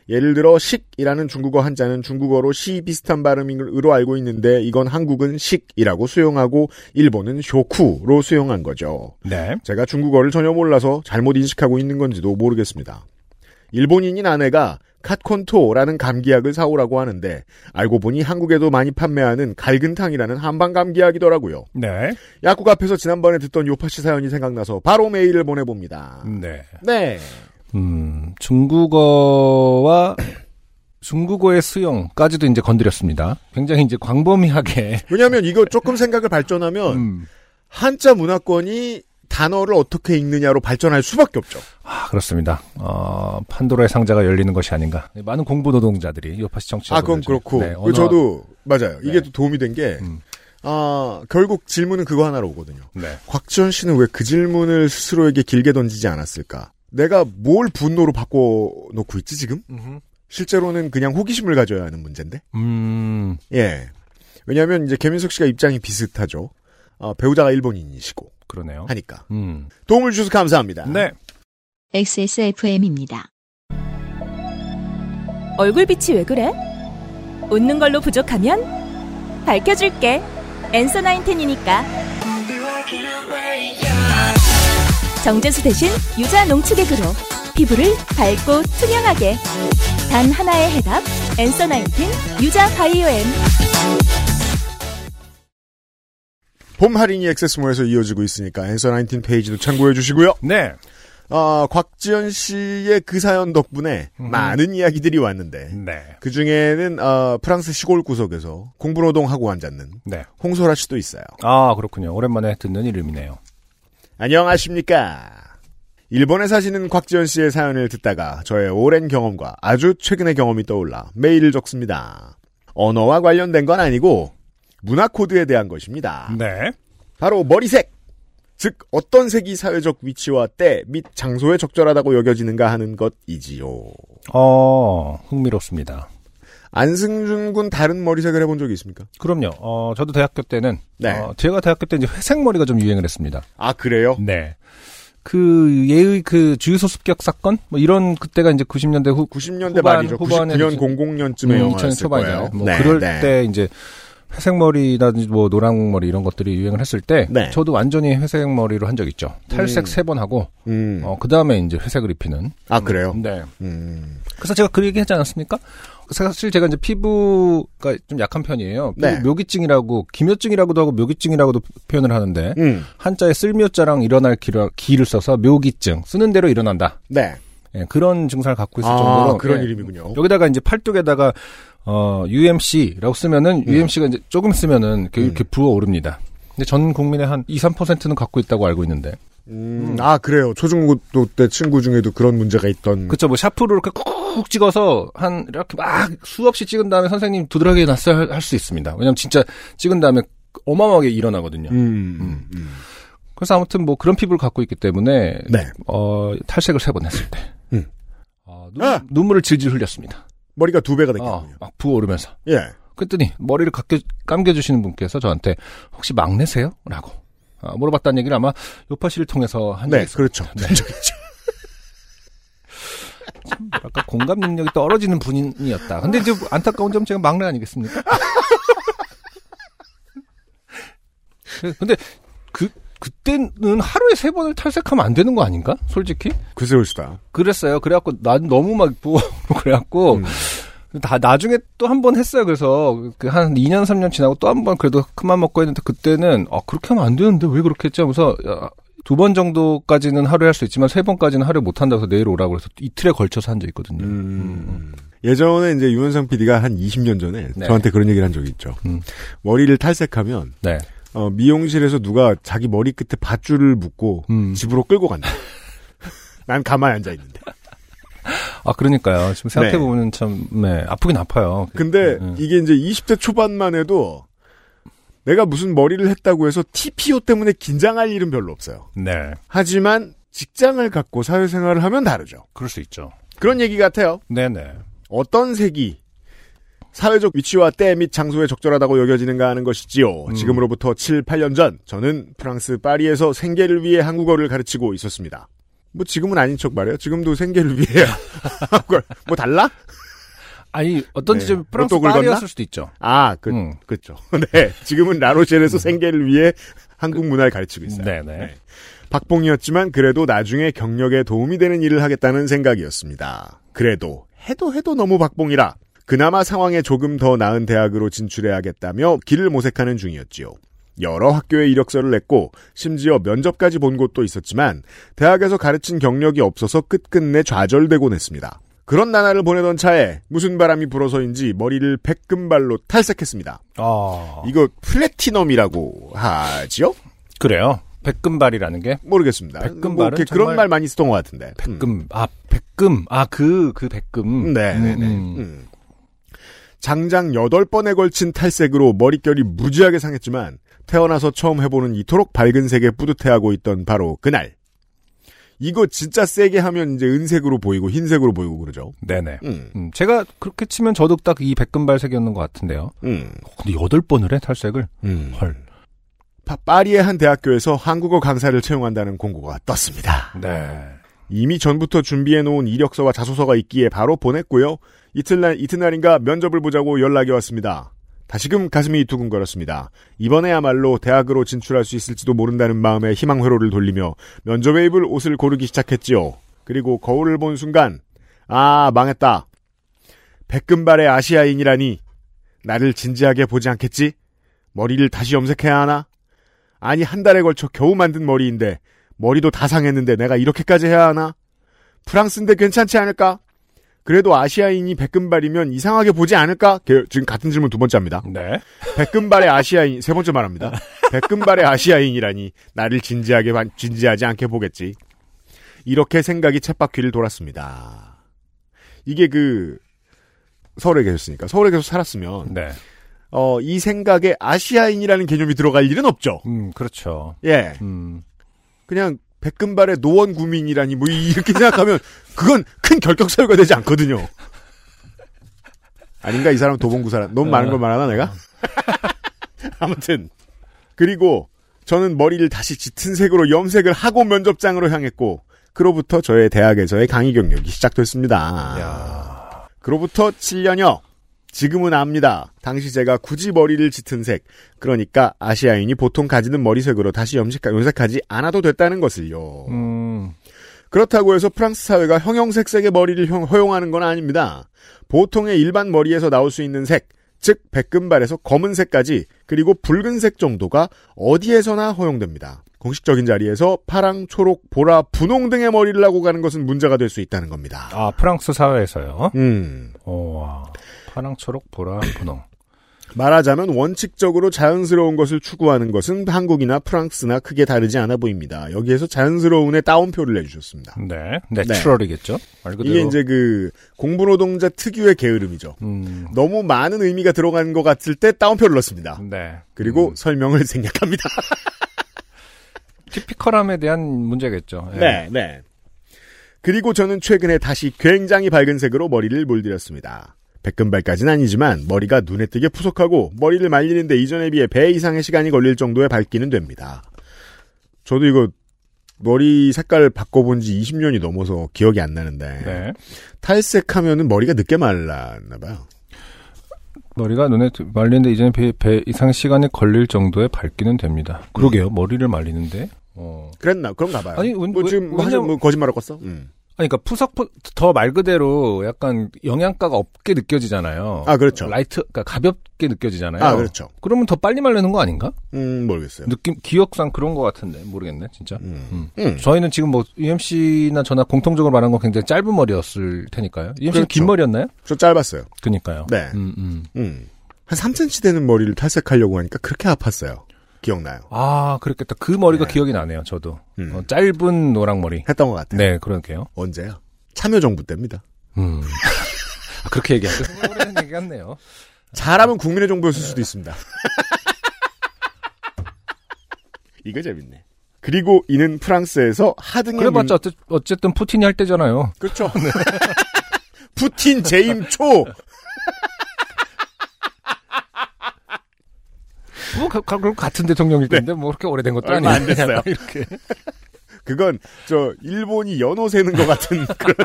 예를 들어 식이라는 중국어 한자는 중국어로 시 비슷한 발음으로 알고 있는데 이건 한국은 식이라고 수용하고 일본은 쇼쿠로 수용한 거죠.
네.
제가 중국어를 전혀 몰라서 잘못 인식하고 있는 건지도 모르겠습니다. 일본인인 아내가 katkonto라는 감기약을 사오라고 하는데 알고 보니 한국에도 많이 판매하는 갈근탕이라는 한방 감기약이더라고요.
네.
약국 앞에서 지난번에 듣던 요파 씨 사연이 생각나서 바로 메일을 보내봅니다.
네.
네.
음, 중국어와 중국어의 수용까지도 이제 건드렸습니다. 굉장히 이제 광범위하게.
왜냐하면 이거 조금 생각을 발전하면
음,
한자 문화권이 단어를 어떻게 읽느냐로 발전할 수밖에 없죠.
아, 그렇습니다. 어, 판도라의 상자가 열리는 것이 아닌가. 많은 공부 노동자들이 요파시 청취자
아, 그건 그렇고.
네,
그리고
언어-
저도 맞아요. 이게
네.
또 도움이 된 게,
음.
아, 결국 질문은 그거 하나로 오거든요.
네.
곽지원 씨는 왜 그 질문을 스스로에게 길게 던지지 않았을까? 내가 뭘 분노로 바꿔놓고 있지 지금? 실제로는 그냥 호기심을 가져야 하는 문제인데.
음,
예. 왜냐하면 이제 개민석 씨가 입장이 비슷하죠. 아, 배우자가 일본인이시고
그러네요.
하니까
음.
도움을 주셔서 감사합니다.
네.
XSFM입니다.
얼굴빛이 왜 그래? 웃는 걸로 부족하면 밝혀줄게. 엔서 나인텐이니까. 정제수 대신 유자 농축액으로 피부를 밝고 투명하게. 단 하나의 해답. 엔서 나인텐 유자 바이오엠.
봄 할인이 액세스몰에서 이어지고 있으니까 앤서 19 페이지도 참고해 주시고요.
네.
아, 곽지연 씨의 그 사연 덕분에
음.
많은 이야기들이 왔는데
네.
그 중에는 아, 프랑스 시골 구석에서 공부노동하고 앉았는
네.
홍소라 씨도 있어요.
아, 그렇군요. 오랜만에 듣는 이름이네요.
안녕하십니까. 일본에 사시는 곽지연 씨의 사연을 듣다가 저의 오랜 경험과 아주 최근의 경험이 떠올라 메일을 적습니다. 언어와 관련된 건 아니고 문화 코드에 대한 것입니다.
네.
바로 머리색. 즉 어떤 색이 사회적 위치와 때 및 장소에 적절하다고 여겨지는가 하는 것이지요.
어, 흥미롭습니다.
안승준 군 다른 머리색을 해본 적이 있습니까?
그럼요. 어, 저도 대학교 때는
네.
어, 제가 대학교 때 이제 회색 머리가 좀 유행을 했습니다.
아 그래요?
네. 그 예의 그 주유소 습격 사건 뭐 이런 그때가 이제 90년대 후
90년대
후반,
말이죠.
후반에
99년
이제- 음,
00년쯤에
2000년
영화였을
초반이잖아요.
거예요. 네,
뭐 그럴 때 이제 회색 머리나 뭐 노랑 머리 이런 것들이 유행을 했을 때
네.
저도 완전히 회색 머리로 한 적 있죠. 탈색
음.
세 번 하고
음.
어, 그다음에 이제 회색을 입히는.
아 그래요?
네.
음.
그래서 제가 그 얘기 했지 않았습니까? 사실 제가 이제 피부가 좀 약한 편이에요. 피부
네.
묘기증이라고 기묘증이라고도 하고 묘기증이라고도 표현을 하는데
음.
한자에 쓸묘자랑 일어날 기라, 기를 써서 묘기증 쓰는 대로 일어난다.
네.
예, 그런 증상을 갖고 있을
아,
정도로
그런
예,
이름이군요.
여기다가 이제 팔뚝에다가 어 UMC라고 쓰면은 UMC가 이제 조금 쓰면은 이렇게,
음.
이렇게 부어오릅니다. 근데 전 국민의 한 2, 3%는 갖고 있다고 알고 있는데.
음, 아 그래요. 초중고 때 친구 중에도 그런 문제가 있던.
그쵸, 뭐, 샤프로 이렇게 쿡 찍어서, 한, 이렇게 막, 수없이 찍은 다음에 선생님 두드러기 났어요 할 수 있습니다. 왜냐면 진짜 찍은 다음에 어마어마하게 일어나거든요.
음. 음.
그래서 아무튼 뭐 그런 피부를 갖고 있기 때문에,
네.
어, 탈색을 세 번 했을 때.
음.
어, 눈,
아! 네,
눈물을 질질 흘렸습니다.
머리가 두 배가
어,
됐군요.
막 부어오르면서.
예.
그랬더니 머리를 감겨, 감겨주시는 분께서 저한테 혹시 막내세요? 라고 아, 물어봤다는 얘기를 아마 요파 씨를 통해서 한
네,
적이
그렇죠.
네. 약간 공감 능력이 떨어지는 분이었다. 근데 이제 안타까운 점 제가 막내 아니겠습니까? 그- 근데 그 그때는 하루에 세 번을 탈색하면 안 되는 거 아닌가? 솔직히
글쎄요, 시다.
그랬어요. 그래갖고 난 너무 막 부어 그래갖고
음.
다 나중에 또 한 번 했어요. 그래서 그 한 2년 3년 지나고 또 한 번 그래도 큰맘 먹고 했는데 그때는 아 그렇게 하면 안 되는데 왜 그렇게 했지 하면서 두 번 정도까지는 하루에 할 수 있지만 세 번까지는 하루에 못 한다고 해서 내일 오라고 그래서 이틀에 걸쳐서 한 적 있거든요.
음. 예전에 이제 유현상 PD가 한 20년 전에
네.
저한테 그런 얘기를 한 적이 있죠.
음.
머리를 탈색하면
네.
어, 미용실에서 누가 자기 머리 끝에 밧줄을 묶고
음.
집으로 끌고 간다. 난 가만히 앉아 있는데.
아 그러니까요. 지금 생각해 보면 참 네, 아프긴 아파요.
근데
음.
이게 이제 20대 초반만 해도 내가 무슨 머리를 했다고 해서 TPO 때문에 긴장할 일은 별로 없어요.
네.
하지만 직장을 갖고 사회생활을 하면 다르죠.
그럴 수 있죠.
그런 얘기 같아요.
네네.
어떤 색이 사회적 위치와 때 및 장소에 적절하다고 여겨지는가 하는 것이지요. 지금으로부터 7, 8년 전 저는 프랑스 파리에서 생계를 위해 한국어를 가르치고 있었습니다. 뭐 지금은 아닌 척 말해요. 지금도 생계를 위해 한국어를 뭐 달라?
아니 어떤
네.
지점 프랑스
또 긁었나?
파리였을 수도 있죠.
아, 그,
음.
그렇죠. 네, 지금은 라로셸에서 생계를 위해 한국 문화를 가르치고 있어요.
네네.
네. 박봉이었지만 그래도 나중에 경력에 도움이 되는 일을 하겠다는 생각이었습니다. 그래도 해도 해도 너무 박봉이라 그나마 상황에 조금 더 나은 대학으로 진출해야겠다며 길을 모색하는 중이었지요. 여러 학교에 이력서를 냈고 심지어 면접까지 본 곳도 있었지만 대학에서 가르친 경력이 없어서 끝끝내 좌절되곤 했습니다. 그런 나날을 보내던 차에 무슨 바람이 불어서인지 머리를 백금발로 탈색했습니다.
아,
어. 이거 플래티넘이라고 하지요?
그래요. 백금발이라는 게
모르겠습니다.
백금발은
뭐 이렇게 그런
정말-
말 많이 쓰던 것 같은데. 음.
백금 아 백금 아 그 그 백금
네, 네, 네.
음, 음.
음. 장장 8번에 걸친 탈색으로 머릿결이 무지하게 상했지만 태어나서 처음 해보는 이토록 밝은 색에 뿌듯해하고 있던 바로 그날. 이거 진짜 세게 하면 이제 은색으로 보이고 흰색으로 보이고 그러죠.
네네
음,
음, 제가 그렇게 치면 저도 딱 이 백금발색이었는 것 같은데요
음,
어, 근데 여덟 번을 해 탈색을
음.
헐.
파- 파리의 한 대학교에서 한국어 강사를 채용한다는 공고가 떴습니다.
네
이미 전부터 준비해놓은 이력서와 자소서가 있기에 바로 보냈고요. 이틀날, 이튿날인가 면접을 보자고 연락이 왔습니다. 다시금 가슴이 두근거렸습니다. 이번에야말로 대학으로 진출할 수 있을지도 모른다는 마음에 희망 회로를 돌리며 면접에 입을 옷을 고르기 시작했지요. 그리고 거울을 본 순간, 아, 망했다. 백금발의 아시아인이라니. 나를 진지하게 보지 않겠지? 머리를 다시 염색해야 하나? 아니, 한 달에 걸쳐 겨우 만든 머리인데, 머리도 다 상했는데 내가 이렇게까지 해야 하나? 프랑스인데 괜찮지 않을까? 그래도 아시아인이 백금발이면 이상하게 보지 않을까? 게- 지금 같은 질문 두 번째 합니다.
네.
백금발의 아시아인 세 번째 말합니다. 백금발의 아시아인이라니 나를 진지하게 반- 진지하지 않게 보겠지. 이렇게 생각이 챗바퀴를 돌았습니다. 이게 그 서울에 계셨으니까 서울에 계속 살았으면
네.
어, 이 생각에 아시아인이라는 개념이 들어갈 일은 없죠.
음, 그렇죠.
예,
음.
그냥 백금발의 노원 구민이라니 뭐 이- 이렇게 생각하면 그건 큰 결격 사유가 되지 않거든요. 아닌가 이 사람 도봉구 사람 너무 많은 걸 말하나 내가? 어. 아무튼 그리고 저는 머리를 다시 짙은 색으로 염색을 하고 면접장으로 향했고 그로부터 저의 대학에서의 강의 경력이 시작됐습니다. 그로부터 7년여 지금은 압니다. 당시 제가 굳이 머리를 짙은 색, 그러니까 아시아인이 보통 가지는 머리색으로 다시 염색, 염색하지 않아도 됐다는 것을요.
음.
그렇다고 해서 프랑스 사회가 형형색색의 머리를 형- 허용하는 건 아닙니다. 보통의 일반 머리에서 나올 수 있는 색, 즉 백금발에서 검은색까지 그리고 붉은색 정도가 어디에서나 허용됩니다. 공식적인 자리에서 파랑, 초록, 보라, 분홍 등의 머리를 하고 가는 것은 문제가 될 수 있다는 겁니다.
아, 프랑스 사회에서요.
음.
오, 어, 와. 파랑, 초록, 보라, 분홍.
말하자면 원칙적으로 자연스러운 것을 추구하는 것은 한국이나 프랑스나 크게 다르지 않아 보입니다. 여기에서 자연스러운에 따옴표를 내주셨습니다.
네. 내추럴이겠죠? 말 그대로.
이게 이제 그 공부노동자 특유의 게으름이죠.
음.
너무 많은 의미가 들어간 것 같을 때 따옴표를 넣습니다.
네.
그리고
음,
설명을 생략합니다.
티피컬함에 대한 문제겠죠. 예.
네, 네. 그리고 저는 최근에 다시 굉장히 밝은 색으로 머리를 물들였습니다. 백금발까지는 아니지만 머리가 눈에 띄게 푸석하고 머리를 말리는데 이전에 비해 배 이상의 시간이 걸릴 정도의 밝기는 됩니다. 저도 이거 머리 색깔 바꿔본 지 20년이 넘어서 기억이 안 나는데
네.
탈색하면은 머리가 늦게 말랐나 봐요.
머리가 눈에 드- 말리는데 이제는 배, 배 이상 시간이 걸릴 정도의 밝기는 됩니다. 그러게요. 머리를 말리는데. 어.
그랬나 그런가 봐요.
아니, 운-
뭐
왜-
지금 뭐
왜냐면-
하여튼 뭐 거짓말을 껐어? 음.
아니, 그러니까 푸석푸 더 말 그대로 약간 영양가가 없게 느껴지잖아요.
아 그렇죠.
라이트, 그러니까 가볍게 느껴지잖아요.
아 그렇죠.
그러면 더 빨리 말리는 거 아닌가?
음 모르겠어요.
느낌 기억상 그런 것 같은데 모르겠네 진짜.
음.
음.
음.
저희는 지금 뭐 UMC나 저나 공통적으로 말한 건 굉장히 짧은 머리였을 테니까요. UMC 는긴
그렇죠.
머리였나요?
저 짧았어요.
그니까요.
네.
음, 음.
음. 한 3cm 되는 머리를 탈색하려고 하니까 그렇게 아팠어요. 기억나요.
아 그렇겠다. 그 머리가 기억이 나네요. 저도
음.
어, 짧은 노랑 머리.
했던 것 같아요.
네, 그러게요.
언제요? 참여정부 때입니다.
음. 아, 그렇게 얘기하죠. 오래된 얘기 같네요.
잘하면 국민의 정부였을 수도 있습니다. 이거 재밌네. 그리고 이는 프랑스에서 하등의
그래봤자 네. 어째- 어쨌든 푸틴이 할 때잖아요.
그렇죠. 푸틴 재임 초
뭐 가- 가- 그럼 같은 대통령일 텐데 뭐 그렇게 오래된 것도 아니고
네. 얼마 안 됐어요.
이렇게.
그건 저 일본이 연호 세는 것 같은 그런.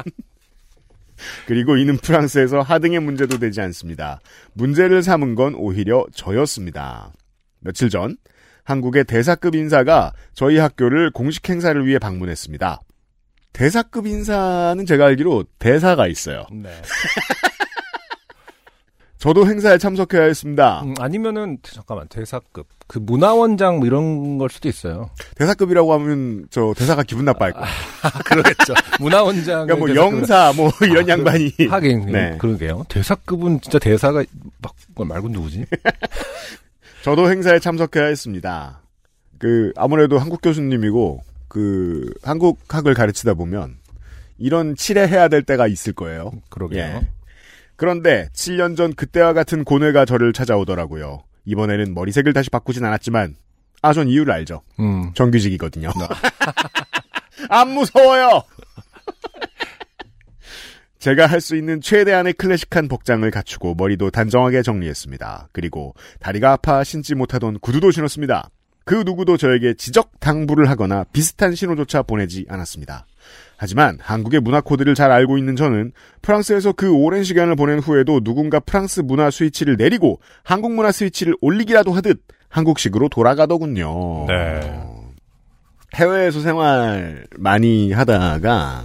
그리고 이는 프랑스에서 하등의 문제도 되지 않습니다. 문제를 삼은 건 오히려 저였습니다. 며칠 전 한국의 대사급 인사가 저희 학교를 공식 행사를 위해 방문했습니다. 대사급 인사는 제가 알기로 대사가 있어요.
네.
저도 행사에 참석해야 했습니다.
음, 아니면은 잠깐만 대사급 그 문화원장 뭐 이런 걸 수도 있어요.
대사급이라고 하면 저 대사가 기분 나빠할 거예요. 그러겠죠.
문화원장
그렇죠. 그러니까 뭐 영사 뭐 이런 양반이
하긴
네.
그러게요. 대사급은 진짜 대사가 막 그거 말고 누구지?
저도 행사에 참석해야 했습니다. 그 아무래도 한국 교수님이고 그 한국학을 가르치다 보면 이런 칠해해야 될 때가 있을 거예요.
그러게요.
예. 그런데 7년 전 그때와 같은 고뇌가 저를 찾아오더라고요. 이번에는 머리색을 다시 바꾸진 않았지만 아 전 이유를 알죠.
음.
정규직이거든요. 안 무서워요. 제가 할 수 있는 최대한의 클래식한 복장을 갖추고 머리도 단정하게 정리했습니다. 그리고 다리가 아파 신지 못하던 구두도 신었습니다. 그 누구도 저에게 지적 당부를 하거나 비슷한 신호조차 보내지 않았습니다. 하지만 한국의 문화 코드를 잘 알고 있는 저는 프랑스에서 그 오랜 시간을 보낸 후에도 누군가 프랑스 문화 스위치를 내리고 한국 문화 스위치를 올리기라도 하듯 한국식으로 돌아가더군요.
네.
해외에서 생활 많이 하다가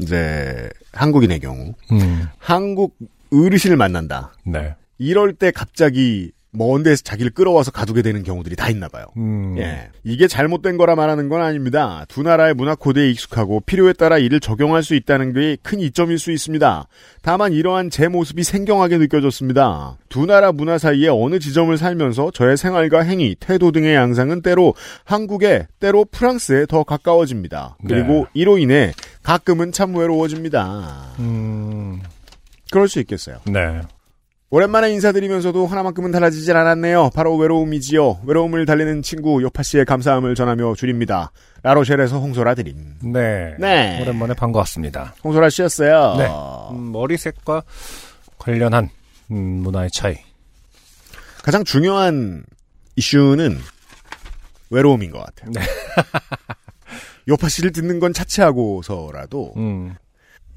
이제 한국인의 경우
음.
한국 어르신을 만난다.
네.
이럴 때 갑자기 먼 데서 자기를 끌어와서 가두게 되는 경우들이 다 있나 봐요.
음.
예. 이게 잘못된 거라 말하는 건 아닙니다. 두 나라의 문화 코드에 익숙하고 필요에 따라 이를 적용할 수 있다는 게 큰 이점일 수 있습니다. 다만 이러한 제 모습이 생경하게 느껴졌습니다. 두 나라 문화 사이에 어느 지점을 살면서 저의 생활과 행위, 태도 등의 양상은 때로 한국에, 때로 프랑스에 더 가까워집니다. 그리고 이로 인해 가끔은 참 외로워집니다.
음.
그럴 수 있겠어요.
네.
오랜만에 인사드리면서도 하나만큼은 달라지질 않았네요. 바로 외로움이지요. 외로움을 달리는 친구 요파 씨의 감사함을 전하며 줄입니다. 라로셸에서 홍소라 드림.
네.
네.
오랜만에 반가웠습니다.
홍소라 씨였어요.
네. 음, 머리색과 관련한 음, 문화의 차이.
가장 중요한 이슈는 외로움인 것 같아요.
네.
요파 씨를 듣는 건 차치하고서라도
음.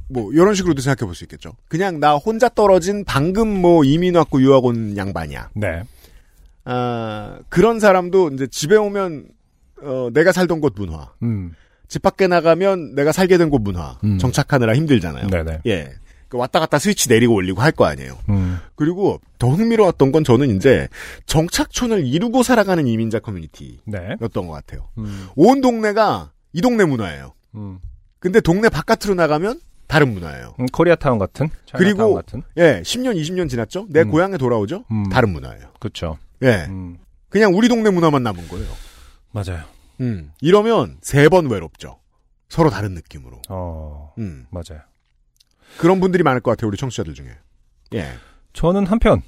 뭐 이런 식으로도 생각해 볼 수 있겠죠. 그냥 나 혼자 떨어진 방금 뭐 이민 왔고 유학 온 양반이야.
네.
아, 그런 사람도 이제 집에 오면 어, 내가 살던 곳 문화.
음.
집 밖에 나가면 내가 살게 된 곳 문화
음.
정착하느라 힘들잖아요.
네네.
예. 그 왔다 갔다 스위치 내리고 올리고 할 거 아니에요.
음.
그리고 더 흥미로웠던 건 저는 이제 정착촌을 이루고 살아가는 이민자 커뮤니티였던
네.
것 같아요.
음.
온 동네가 이 동네 문화예요.
음.
근데 동네 바깥으로 나가면 다른 문화예요.
음, 코리아타운 같은.
그리고-
차이나타운 같은.
예, 10년, 20년 지났죠? 내
음.
고향에 돌아오죠?
음.
다른 문화예요.
그렇죠.
예.
음.
그냥 우리 동네 문화만 남은 거예요.
맞아요.
음. 이러면 세 번 외롭죠. 서로 다른 느낌으로.
어.
음.
맞아요.
그런 분들이 많을 것 같아요, 우리 청취자들 중에. 예.
저는 한편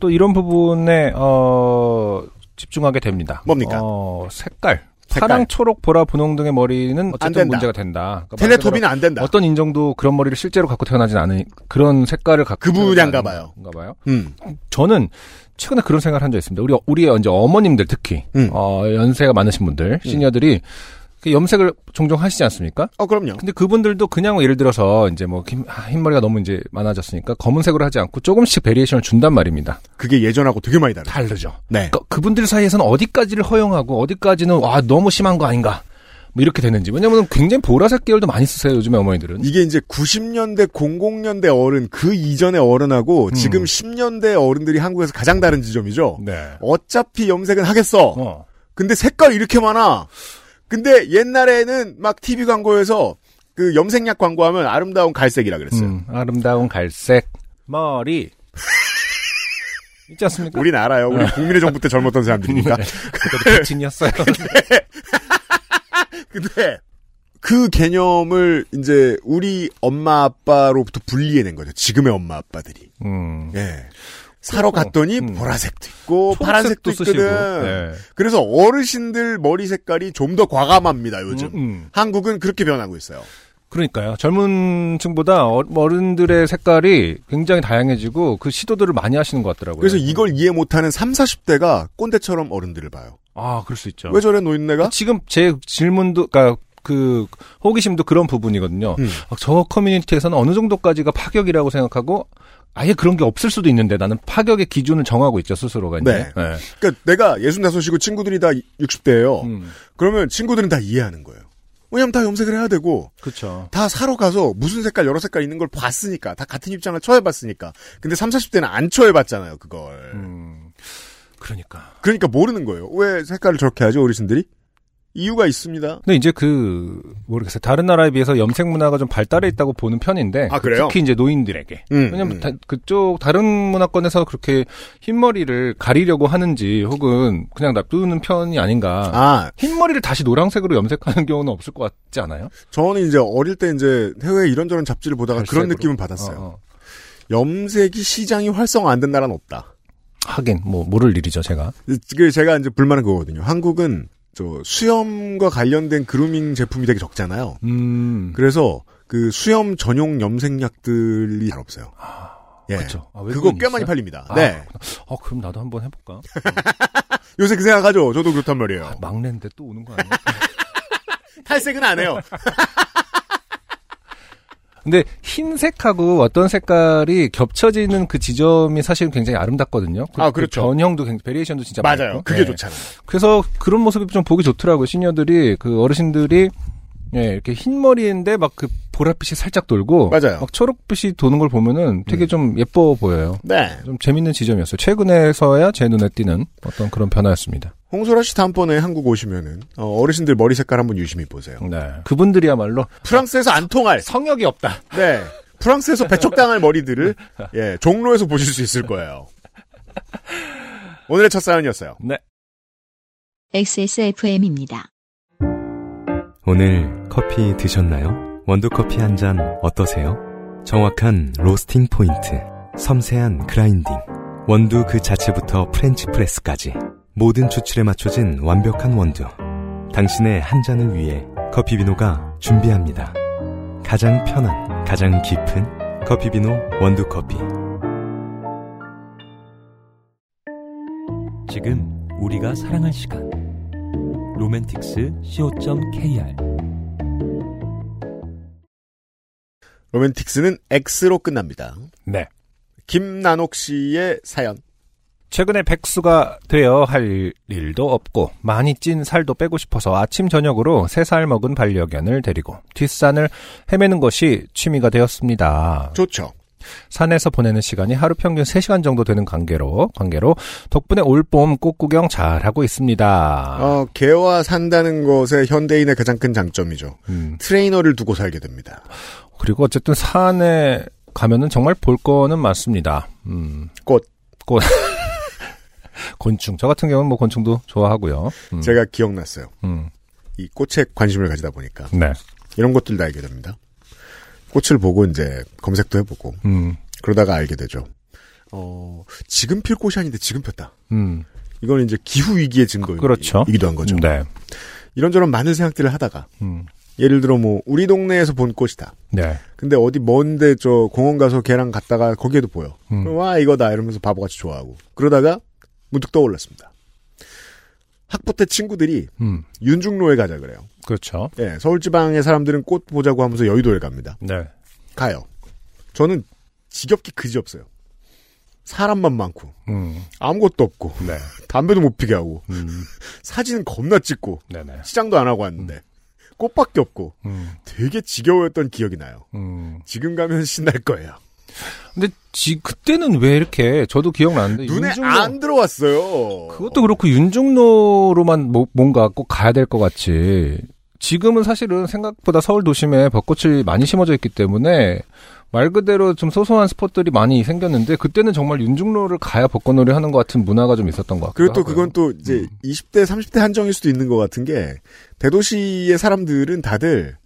또 이런 부분에 어, 집중하게 됩니다.
뭡니까?
어, 색깔.
색깔.
파랑, 초록, 보라, 분홍 등의 머리는
안
어쨌든
된다.
문제가 된다. 그러니까
텔레토비는 안
말대로
된다.
어떤 인종도 그런 머리를 실제로 갖고 태어나진 않으니 그런 색깔을 갖고
그 분야인가
태어나는
봐요.
건가 봐요.
음.
저는 최근에 그런 생각을 한 적이 있습니다. 우리 우리의 이제 어머님들 특히
음.
어, 연세가 많으신 분들 시니어들이 그 염색을 종종 하시지 않습니까?
어, 그럼요.
근데 그분들도 그냥 예를 들어서 이제 뭐 흰, 아, 흰머리가 너무 이제 많아졌으니까 검은색으로 하지 않고 조금씩 베리에이션을 준단 말입니다.
그게 예전하고 되게 많이 다르죠.
다르죠.
네.
그러니까 그분들 사이에서는 어디까지를 허용하고 어디까지는 와 너무 심한 거 아닌가 뭐 이렇게 되는지 왜냐면 굉장히 보라색 계열도 많이 쓰세요 요즘에 어머니들은
이게 이제 90년대, 00년대 어른, 그 이전의 어른하고
음.
지금 10년대 어른들이 한국에서 가장 다른 지점이죠.
네.
어차피 염색은 하겠어.
어.
근데 색깔 이렇게 많아. 근데 옛날에는 막 TV 광고에서 그 염색약 광고하면 아름다운 갈색이라 그랬어요.
음, 아름다운 갈색 머리 있지 않습니까?
우린 알아요.
어.
우리 국민의 정부 때 젊었던 사람들이니까.
네. 그때도 백친이었어요.
근데 그 개념을 이제 우리 엄마 아빠로부터 분리해낸 거죠. 지금의 엄마 아빠들이.
음.
예. 사러 갔더니
음.
보라색도 있고 파란색도
초록색도 쓰시고.
있거든.
네.
그래서 어르신들 머리 색깔이 좀 더 과감합니다 요즘.
음, 음.
한국은 그렇게 변하고 있어요.
그러니까요. 젊은 층보다 어- 어른들의 색깔이 굉장히 다양해지고 그 시도들을 많이 하시는 것 같더라고요.
그래서 이걸 이해 못하는 3, 40대가 꼰대처럼 어른들을 봐요.
아 그럴 수 있죠.
왜 저래 노인네가?
지금 제 질문도 그러니까 그 호기심도 그런 부분이거든요.
음.
아, 저 커뮤니티에서는 어느 정도까지가 파격이라고 생각하고 아예 그런 게 없을 수도 있는데 나는 파격의 기준을 정하고 있죠 스스로가 이제.
네.
네.
그러니까 내가 예순 다섯이고 친구들이 다 60대예요.
음,
그러면 친구들은 다 이해하는 거예요. 왜냐면 다 염색을 해야 되고
그렇죠.
다 사러 가서 무슨 색깔 여러 색깔 있는 걸 봤으니까 다 같은 입장을 처해봤으니까. 근데 3, 40대는 안 처해봤잖아요 그걸.
음, 그러니까.
그러니까 모르는 거예요. 왜 색깔을 저렇게 하죠 어르신들이? 이유가 있습니다.
근데 이제 그 모르겠어요. 다른 나라에 비해서 염색 문화가 좀 발달해 있다고 보는 편인데
아, 그래요?
특히 이제 노인들에게.
음,
왜냐면
음.
다- 그쪽 다른 문화권에서 그렇게 흰머리를 가리려고 하는지 혹은 그냥 놔두는 편이 아닌가.
아
흰머리를 다시 노란색으로 염색하는 경우는 없을 것 같지 않아요?
저는 이제 어릴 때 이제 해외 이런저런 잡지를 보다가
갈색으로.
아, 그런 느낌은 받았어요.
어, 어.
염색이 시장이 활성화 안 된 나라는 없다.
하긴 뭐 모를 일이죠 제가.
그 제가 이제 불만은 그거거든요. 한국은 저 수염과 관련된 그루밍 제품이 되게 적잖아요.
음.
그래서 그 수염 전용 염색약들이 잘 없어요. 예.
그렇죠. 아,
그거
외국인
꽤 많이
있어요?
팔립니다.
아,
네.
그렇구나. 어 그럼 나도 한번 해볼까.
요새 그 생각하죠. 저도 그렇단 말이에요.
아, 막내인데 또 오는 거 아니야?
탈색은 안 해요.
근데 흰색하고 어떤 색깔이 겹쳐지는 그 지점이 사실 굉장히 아름답거든요. 그,
아, 그렇죠.
그 변형도 굉장히 베리에이션도 진짜
맞아요.
많고.
그게
네.
좋잖아요.
그래서 그런 모습이 좀 보기 좋더라고요. 시니어들이 그 어르신들이 예, 이렇게 흰 머리인데 막 그 보랏빛이 살짝 돌고
맞아요.
막 초록빛이 도는 걸 보면은 되게 좀 예뻐 보여요.
네.
좀 재밌는 지점이었어요. 최근에서야 제 눈에 띄는 어떤 그런 변화였습니다.
홍소라 씨 다음번에 한국 오시면은 어, 어르신들 머리 색깔 한번 유심히 보세요.
네. 그분들이야말로
프랑스에서 안 통할
성역이 없다.
네. 프랑스에서 배척당할 머리들을 예, 종로에서 보실 수 있을 거예요. 오늘의 첫 사연이었어요.
네.
XSFM입니다.
오늘 커피 드셨나요? 원두커피 한 잔 어떠세요? 정확한 로스팅 포인트, 섬세한 그라인딩, 원두 그 자체부터 프렌치 프레스까지 모든 추출에 맞춰진 완벽한 원두. 당신의 한 잔을 위해 커피비노가 준비합니다. 가장 편한, 가장 깊은 커피비노 원두커피.
지금 우리가 사랑할 시간 로맨틱스 co.kr
로맨틱스는 X로 끝납니다.
네.
김난옥 씨의 사연.
최근에 백수가 되어 할 일도 없고 많이 찐 살도 빼고 싶어서 아침 저녁으로 3살 먹은 반려견을 데리고 뒷산을 헤매는 것이 취미가 되었습니다.
좋죠.
산에서 보내는 시간이 하루 평균 3시간 정도 되는 관계로 관계로 덕분에 올봄 꽃구경 잘하고 있습니다.
어, 개와 산다는 것의 현대인의 가장 큰 장점이죠.
음.
트레이너를 두고 살게 됩니다.
그리고 어쨌든 산에 가면은 정말 볼 거는 많습니다. 음.
꽃.
꽃. 곤충. 저 같은 경우는 뭐 곤충도 좋아하고요. 음.
제가 기억났어요.
음.
이 꽃에 관심을 가지다 보니까
네.
이런 것들 다 알게 됩니다. 꽃을 보고 이제 검색도 해보고
음.
그러다가 알게 되죠. 어, 지금 필 꽃이 아닌데 지금 폈다.
음.
이건 이제 기후 위기의 증거이기도
그렇죠.
한 거죠.
네.
이런저런 많은 생각들을 하다가
음.
예를 들어 뭐 우리 동네에서 본 꽃이다.
네.
근데 어디 먼데 저 공원 가서 걔랑 갔다가 거기에도 보여.
음.
그럼 와 이거다 이러면서 바보같이 좋아하고 그러다가 문득 떠올랐습니다. 학부 때 친구들이
음.
윤중로에 가자 그래요.
그렇죠.
예, 서울 지방의 사람들은 꽃 보자고 하면서 여의도에 갑니다.
네.
가요. 저는 지겹기 그지없어요. 사람만 많고
음.
아무것도 없고
네.
담배도 못 피게 하고
음.
사진은 겁나 찍고
네네.
시장도 안 하고 왔는데 꽃밖에 없고
음.
되게 지겨워했던 기억이 나요.
음.
지금 가면 신날 거예요.
근데 지 그때는 왜 이렇게 저도 기억나는데
눈에
윤중로-
안 들어왔어요.
그것도 그렇고 윤중로로만 뭐- 뭔가 꼭 가야 될 것 같이 지금은 사실은 생각보다 서울 도심에 벚꽃이 많이 심어져 있기 때문에 말 그대로 좀 소소한 스팟들이 많이 생겼는데 그때는 정말 윤중로를 가야 벚꽃놀이 하는 것 같은 문화가 좀 있었던 것 같아요. 음.
그리고 또 그건 또 이제 20대, 30대 한정일 수도 있는 것 같은 게 대도시의 사람들은 다들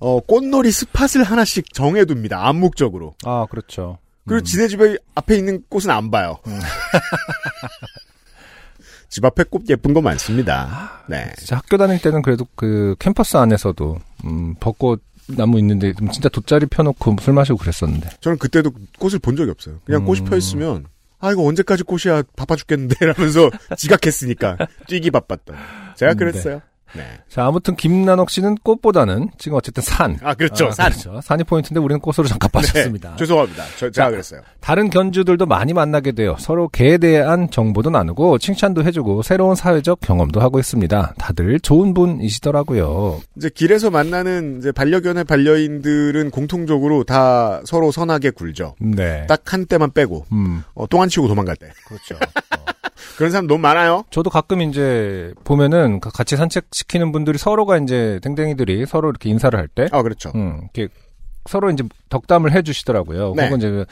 어, 꽃놀이 스팟을 하나씩 정해둡니다. 암묵적으로.
아 그렇죠.
그리고 지네 집에 앞에 있는 꽃은 안 봐요.
음.
집 앞에 꽃 예쁜 거
아,
많습니다. 네.
진짜 학교 다닐 때는 그래도 그 캠퍼스 안에서도 음, 벚꽃 나무 있는데 좀 진짜 돗자리 펴놓고 술 마시고 그랬었는데.
저는 그때도 꽃을 본 적이 없어요. 그냥 꽃이
음.
펴 있으면 아 이거 언제까지 꽃이야 바빠 죽겠는데 라면서 지각했으니까 뛰기 바빴던 제가
음, 네.
그랬어요. 네.
자, 아무튼 김난옥 씨는 꽃보다는 지금 어쨌든 산.
아, 그렇죠.
아,
산.
그렇죠. 산이 포인트인데 우리는 꽃으로 잠깐 빠졌습니다.
네, 죄송합니다. 저, 제가
자,
그랬어요.
다른 견주들도 많이 만나게 돼요. 서로 개에 대한 정보도 나누고 칭찬도 해주고 새로운 사회적 경험도 하고 있습니다. 다들 좋은 분이시더라고요.
이제 길에서 만나는 이제 반려견의 반려인들은 공통적으로 다 서로 선하게 굴죠.
네.
딱 한 때만 빼고
음,
어, 똥안 치고 도망갈 때
그렇죠.
그런 사람 너무 많아요.
저도 가끔 이제 보면은 가- 같이 산책시키는 분들이 서로가 이제 댕댕이들이 서로 이렇게 인사를 할 때,
아 그렇죠.
음, 이렇게 서로 이제 덕담을 해주시더라고요.
네.
혹은 이제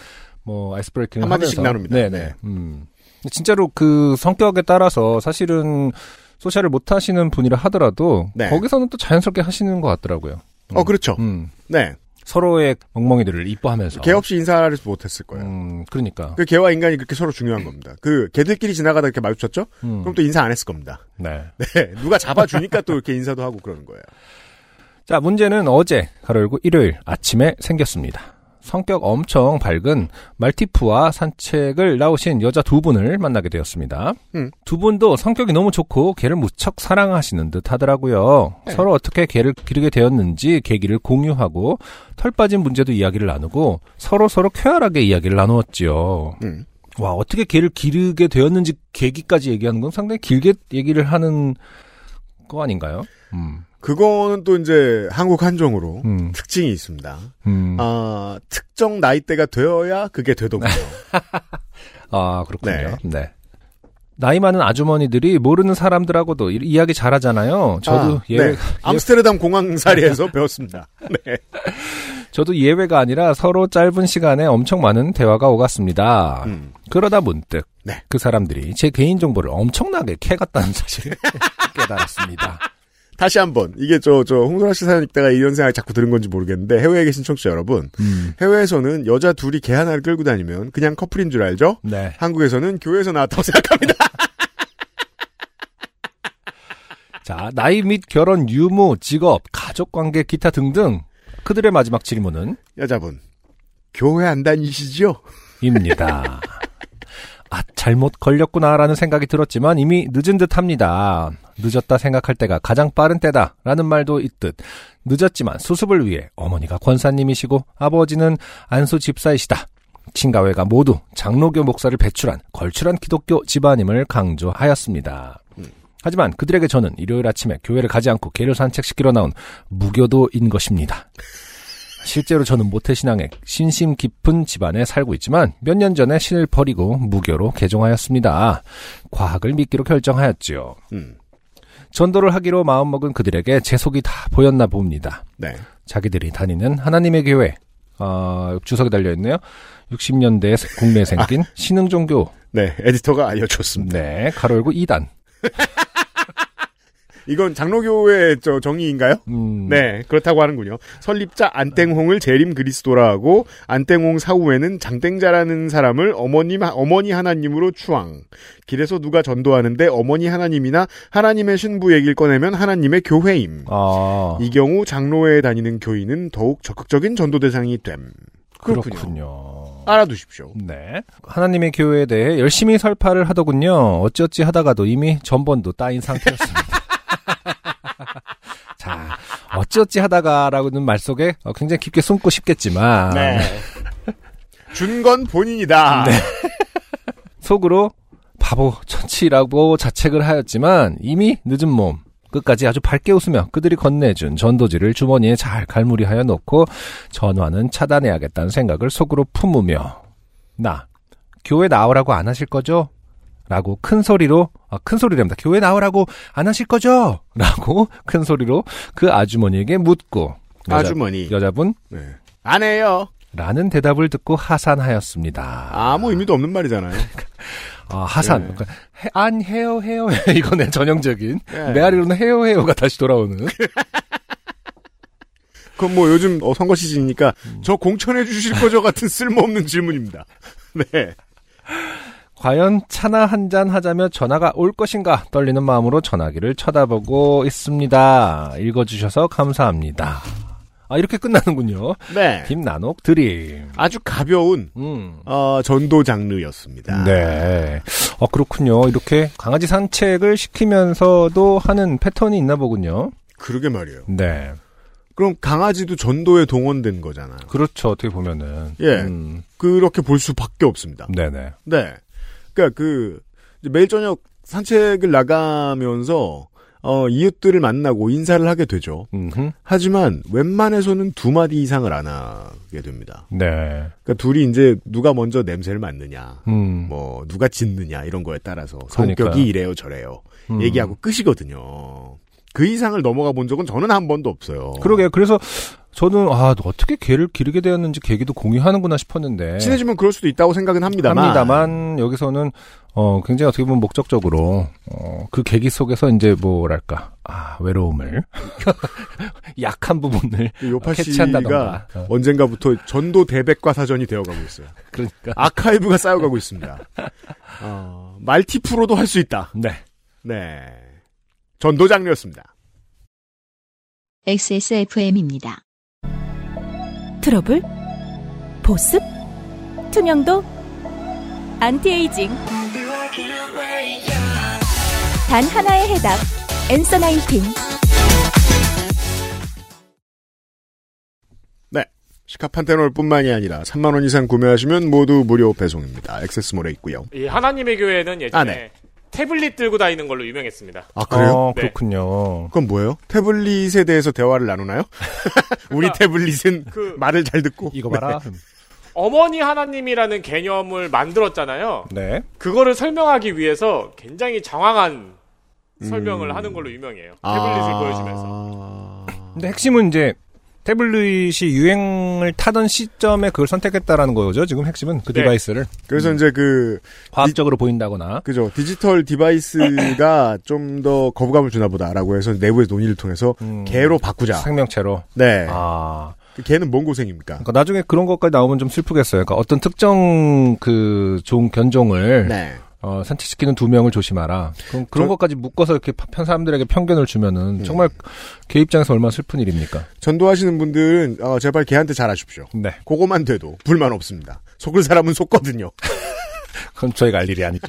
뭐 아이스브레이킹
한마디씩 나눕니다.
네네.
네.
음. 근데 진짜로 그 성격에 따라서 사실은 소셜을 못 하시는 분이라 하더라도
네.
거기서는 또 자연스럽게 하시는 것 같더라고요.
어 그렇죠.
음.
네.
서로의 멍멍이들을 이뻐하면서.
개 없이 인사를 못했을 거예요.
음, 그러니까.
그 개와 인간이 그렇게 서로 중요한 겁니다. 그 개들끼리 지나가다 이렇게 마주쳤죠?
음,
그럼 또 인사 안 했을 겁니다.
네.
네, 누가 잡아주니까 또 이렇게 인사도 하고 그러는 거예요.
자, 문제는 어제, 가로 열고 일요일 아침에 생겼습니다. 성격 엄청 밝은 말티프와 산책을 나오신 여자 두 분을 만나게 되었습니다.
음.
두 분도 성격이 너무 좋고 개를 무척 사랑하시는 듯 하더라고요.
네.
서로 어떻게 개를 기르게 되었는지 계기를 공유하고 털 빠진 문제도 이야기를 나누고 서로 서로 쾌활하게 이야기를 나누었지요.
음.
와, 어떻게 개를 기르게 되었는지 계기까지 얘기하는 건 상당히 길게 얘기를 하는 거 아닌가요? 음.
그거는 또 이제 한국 한정으로
음.
특징이 있습니다.
음.
아, 특정 나이대가 되어야 그게 되더군요.
아, 그렇군요. 네. 나이 많은 아주머니들이 모르는 사람들하고도 이- 이야기 잘하잖아요. 저도
아,
예외,
네. 암스테르담 공항사리에서 배웠습니다. 네.
저도 예외가 아니라 서로 짧은 시간에 엄청 많은 대화가 오갔습니다.
음.
그러다 문득
네.
그 사람들이 제 개인 정보를 엄청나게 캐갔다는 사실을 깨달았습니다.
다시 한번 이게 저 저 홍소라 씨 사연 읽다가 이런 생각 자꾸 들은 건지 모르겠는데 해외에 계신 청취자 여러분,
음.
해외에서는 여자 둘이 개 하나를 끌고 다니면 그냥 커플인 줄 알죠?
네.
한국에서는 교회에서 나왔다고 생각합니다.
자, 나이 및 결혼, 유무, 직업, 가족 관계, 기타 등등 그들의 마지막 질문은
여자분, 교회 안 다니시죠?
입니다. 아, 잘못 걸렸구나라는 생각이 들었지만 이미 늦은 듯 합니다. 늦었다 생각할 때가 가장 빠른 때다. 라는 말도 있듯. 늦었지만 수습을 위해 어머니가 권사님이시고 아버지는 안수 집사이시다. 친가회가 모두 장로교 목사를 배출한 걸출한 기독교 집안임을 강조하였습니다. 하지만 그들에게 저는 일요일 아침에 교회를 가지 않고 개를 산책시키러 나온 무교도인 것입니다. 실제로 저는 모태신앙에 신심 깊은 집안에 살고 있지만 몇 년 전에 신을 버리고 무교로 개종하였습니다. 과학을 믿기로 결정하였지요.
음,
전도를 하기로 마음먹은 그들에게 제 속이 다 보였나 봅니다.
네.
자기들이 다니는 하나님의 교회, 아, 주석에 달려있네요. 60년대 국내에 생긴 신흥종교,
네, 에디터가 알려줬습니다.
네, 가로열고 2단.
이건 장로교의 저 정의인가요?
음,
네, 그렇다고 하는군요. 설립자 안땡홍을 재림 그리스도라고 안땡홍 사후에는 장땡자라는 사람을 어머님 어머니 하나님으로 추앙. 길에서 누가 전도하는데 어머니 하나님이나 하나님의 신부 얘기를 꺼내면 하나님의 교회임.
아,
이 경우 장로회에 다니는 교인은 더욱 적극적인 전도 대상이 됨.
그렇군요.
알아두십시오.
네. 하나님의 교회에 대해 열심히 설파를 하더군요. 어찌어찌 하다가도 이미 전번도 따인 상태였습니다. 자, 어찌어찌 하다가라고는 말 속에 어, 굉장히 깊게 숨고 싶겠지만
네. 준 건 본인이다.
네. 속으로 바보 천치라고 자책을 하였지만 이미 늦은 몸 끝까지 아주 밝게 웃으며 그들이 건네준 전도지를 주머니에 잘 갈무리하여 놓고 전화는 차단해야겠다는 생각을 속으로 품으며 나 교회 나오라고 안 하실 거죠? 라고 큰 소리로 아, 큰 소리랍니다. 교회 나오라고 안 하실 거죠? 라고 큰 소리로 그 아주머니에게 묻고 여자-
아주머니.
여자분
네. 안 해요.
라는 대답을 듣고 하산하였습니다.
아무 의미도 없는 말이잖아요.
아, 하산.
네.
그러니까 해- 안 해요, 해요. 이거는 전형적인.
네.
메아리로는 해요, 해요가 다시 돌아오는.
그건 뭐 요즘 어, 선거 시즌이니까
음.
저 공천해 주실 거죠 같은 쓸모없는 질문입니다. 네.
과연 차나 한 잔 하자며 전화가 올 것인가 떨리는 마음으로 전화기를 쳐다보고 있습니다. 읽어주셔서 감사합니다. 아, 이렇게 끝나는군요.
네.
김나옥 드림.
아주 가벼운
음.
어, 전도 장르였습니다.
네. 아, 그렇군요. 이렇게 강아지 산책을 시키면서도 하는 패턴이 있나 보군요.
그러게 말이에요.
네.
그럼 강아지도 전도에 동원된 거잖아요.
그렇죠. 어떻게 보면은.
예.
음,
그렇게 볼 수밖에 없습니다.
네네.
네. 그러니까 그 이제 매일 저녁 산책을 나가면서 어, 이웃들을 만나고 인사를 하게 되죠.
음흠.
하지만 웬만해서는 두 마디 이상을 안 하게 됩니다.
네.
그러니까 둘이 이제 누가 먼저 냄새를 맡느냐,
음.
뭐 누가 짖느냐 이런 거에 따라서
그러니까요.
성격이 이래요 저래요
음.
얘기하고 끝이거든요. 그 이상을 넘어가 본 적은 저는 한 번도 없어요.
그러게요. 그래서 저는, 아, 어떻게 개를 기르게 되었는지 계기도 공유하는구나 싶었는데.
네. 친해지면 그럴 수도 있다고 생각은 합니다만.
합니다만 여기서는 어 굉장히 어떻게 보면 목적적으로 어그 계기 속에서 이제 뭐랄까 아 외로움을 약한 부분을
그 요파
아, 캐치한다던가.
씨가
어.
언젠가부터 전도 대백과 사전이 되어가고 있어요.
그러니까
아카이브가 쌓여가고 있습니다. 어, 말티프로도 할 수 있다.
네
네. 전도 장르였습니다.
XSFM입니다.
트러블, 보습, 투명도, 안티에이징. 단 하나의 해답. 엔서 나인틴.
네. 시카판테놀뿐만이 아니라 3만 원 이상 구매하시면 모두 무료 배송입니다. 액세스몰에 있고요.
이 하나님의 교회는 예전에
아, 네.
태블릿 들고 다니는 걸로 유명했습니다.
아 그래요?
어,
네.
그렇군요
그건 뭐예요? 태블릿에 대해서 대화를 나누나요? 우리 태블릿은
그-
말을 잘 듣고
이거 봐라
어머니 하나님이라는 개념을 만들었잖아요.
네
그거를 설명하기 위해서 굉장히 정황한 설명을
음.
하는 걸로 유명해요.
아.
태블릿을 보여주면서.
근데 핵심은 이제 태블릿이 유행을 타던 시점에 그걸 선택했다라는 거죠 지금 핵심은 그
네.
디바이스를
그래서 이제 그
과학적으로 보인다거나
그죠 디지털 디바이스가 좀 더 거부감을 주나 보다라고 해서 내부에서 논의를 통해서
음.
개로 바꾸자.
생명체로
네.
아
그 개는 뭔 고생입니까?
그러니까 나중에 그런 것까지 나오면 좀 슬프겠어요 그러니까 어떤 특정 그종 견종을
네.
어, 산책시키는 두 명을 조심하라. 그럼 그런
저-
것까지 묶어서 이렇게 파- 편 사람들에게 편견을 주면은
음.
정말 개 입장에서 얼마나 슬픈 일입니까?
전도하시는 분들은 어, 제발 개한테 잘하십시오.
네.
그거만 돼도 불만 없습니다. 속을 사람은 속거든요.
그건 저희가 알 일이 아니죠.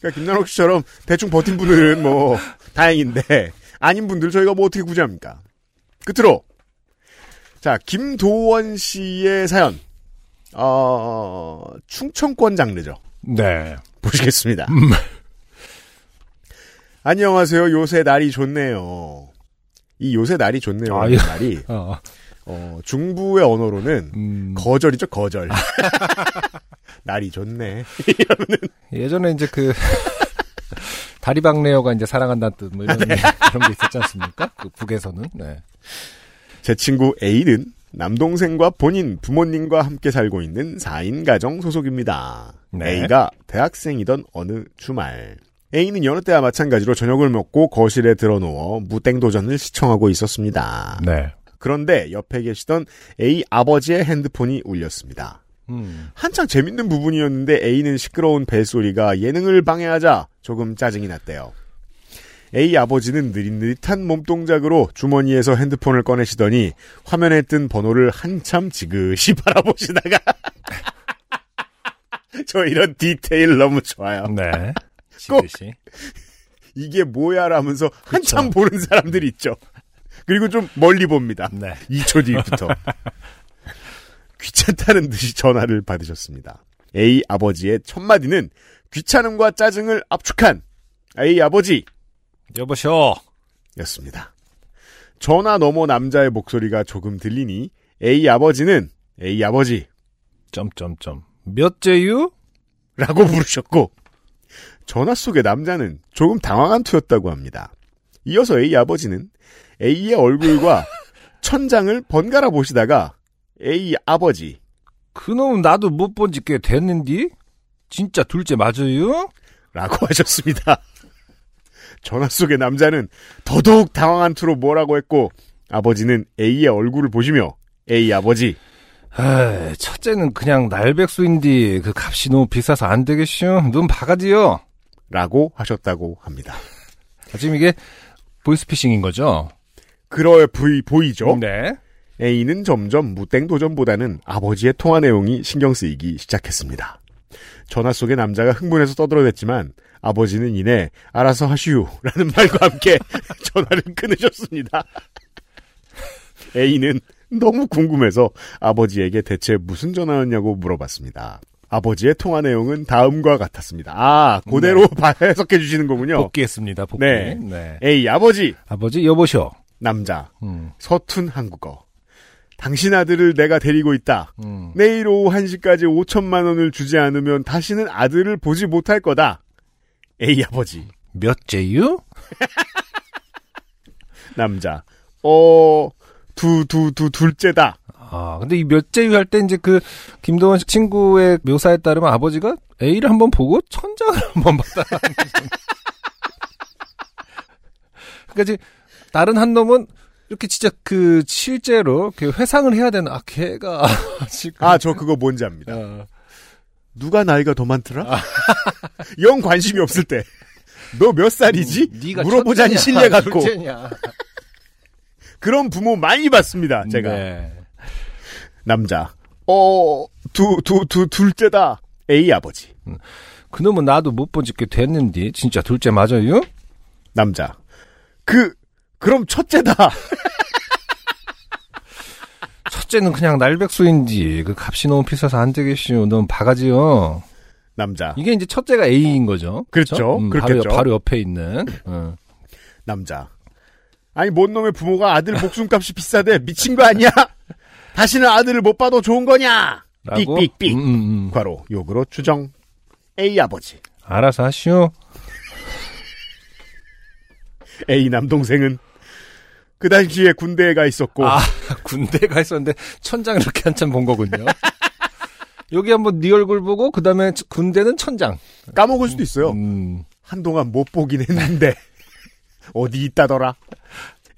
그러니까 김나옥 씨처럼 대충 버틴 분들은 뭐 다행인데 아닌 분들 저희가 뭐 어떻게 구제합니까? 끝으로 자 김도원 씨의 사연 어, 충청권 장르죠
네.
보시겠습니다.
음.
안녕하세요. 요새 날이 좋네요. 이 요새 날이 좋네요.
아,
아,
예.
날이
어,
어, 중부의 언어로는
음,
거절이죠 거절. 날이 좋네.
예전에 이제 그 다리박레어가 이제 사랑한다는 뜻뭐 이런 그런 게 있었지 않습니까? 그 북에서는. 네.
제 친구 A는 남동생과 본인 부모님과 함께 살고 있는 4인 가정 소속입니다.
네.
A가 대학생이던 어느 주말. A는 여느 때와 마찬가지로 저녁을 먹고 거실에 들어누워 무땡도전을 시청하고 있었습니다.
네.
그런데 옆에 계시던 A 아버지의 핸드폰이 울렸습니다.
음.
한창 재밌는 부분이었는데 A는 시끄러운 벨소리가 예능을 방해하자 조금 짜증이 났대요. A 아버지는 느릿느릿한 몸동작으로 주머니에서 핸드폰을 꺼내시더니 화면에 뜬 번호를 한참 지그시 바라보시다가 저 이런 디테일 너무 좋아요.
네.
꼭.
지그시.
이게 뭐야 라면서 한참 보는 사람들 이 있죠. 그리고 좀 멀리 봅니다.
네.
2초 뒤부터 귀찮다는 듯이 전화를 받으셨습니다. A 아버지의 첫 마디는 귀찮음과 짜증을 압축한 A 아버지였습니다.
여보시오.
전화 너머 남자의 목소리가 조금 들리니 A 아버지는 A 아버지
점점점. 몇째유?
라고 부르셨고, 전화 속의 남자는 조금 당황한 투였다고 합니다. 이어서 A 아버지는 A의 얼굴과 천장을 번갈아 보시다가 A 아버지
그놈 나도 못 본 지 꽤 됐는디? 진짜 둘째 맞아요?
라고 하셨습니다. 전화 속의 남자는 더더욱 당황한 투로 뭐라고 했고, 아버지는 A의 얼굴을 보시며 A 아버지
에이, 첫째는 그냥 날백수인디 그 값이 너무 비싸서 안 되겠슈. 눈 바가지요.
라고 하셨다고 합니다.
아, 지금 이게 보이스피싱인 거죠?
그러 보이, 보이죠.
네.
A는 점점 무땡도전보다는 아버지의 통화 내용이 신경 쓰이기 시작했습니다. 전화 속에 남자가 흥분해서 떠들어댔지만 아버지는 이내 알아서 하시오라는 말과 함께 전화를 끊으셨습니다. A는 너무 궁금해서 아버지에게 대체 무슨 전화였냐고 물어봤습니다. 아버지의 통화 내용은 다음과 같았습니다. 아, 그대로 해석해 주시는 거군요.
네. 어? 복귀했습니다. 복귀.
네.
네.
A 아버지
아버지 여보시오.
남자
음.
서툰 한국어. 당신 아들을 내가 데리고 있다.
음.
내일 오후 1시까지 5천만 원을 주지 않으면 다시는 아들을 보지 못할 거다. A 아버지,
몇째유?
남자. 어, 두, 두, 두, 둘째다.
아, 근데 이 몇째유 할 때 이제 그 김도원 친구의 묘사에 따르면 아버지가 A를 한번 보고 천장을 한번 봤다. 그러니까 이제 다른 한 놈은 이렇게 진짜 그 실제로 그 회상을 해야 되는 아 걔가 지금
아, 저 그거 뭔지 압니다.
어,
누가 나이가 더 많더라? 영 관심이 없을 때. 너 몇 살이지?
음, 네가
물어보자니
첫째냐,
신뢰 갖고.
둘째냐.
그런 부모 많이 봤습니다, 제가.
네.
남자. 어, 두, 두, 두, 둘째다. A 아버지.
그놈은 나도 못 본 지꽤 됐는데 진짜 둘째 맞아요?
남자. 그, 그럼 첫째다.
첫째는 그냥 날백수인지 그 값이 너무 비싸서 안 되겠시오. 너무 바가지요.
남자.
이게 이제 첫째가 A인 거죠. 음,
그렇죠.
바로,
그렇겠죠.
옆- 바로 옆에 있는. 어.
남자. 아니, 뭔 놈의 부모가 아들 목숨값이 비싸대. 미친 거 아니야? 다시는 아들을 못 봐도 좋은 거냐?
라고.
삑삑삑.
음, 음, 음.
과로 욕으로 추정. A 아버지.
알아서 하시오.
A 남동생은 그 당시에 군대에 가 있었고
아 군대가 있었는데 천장 이렇게 한참 본 거군요. 여기 한번 네 얼굴 보고 그 다음에 군대는 천장.
까먹을 수도 있어요.
음,
한동안 못 보긴 했는데 어디 있다더라.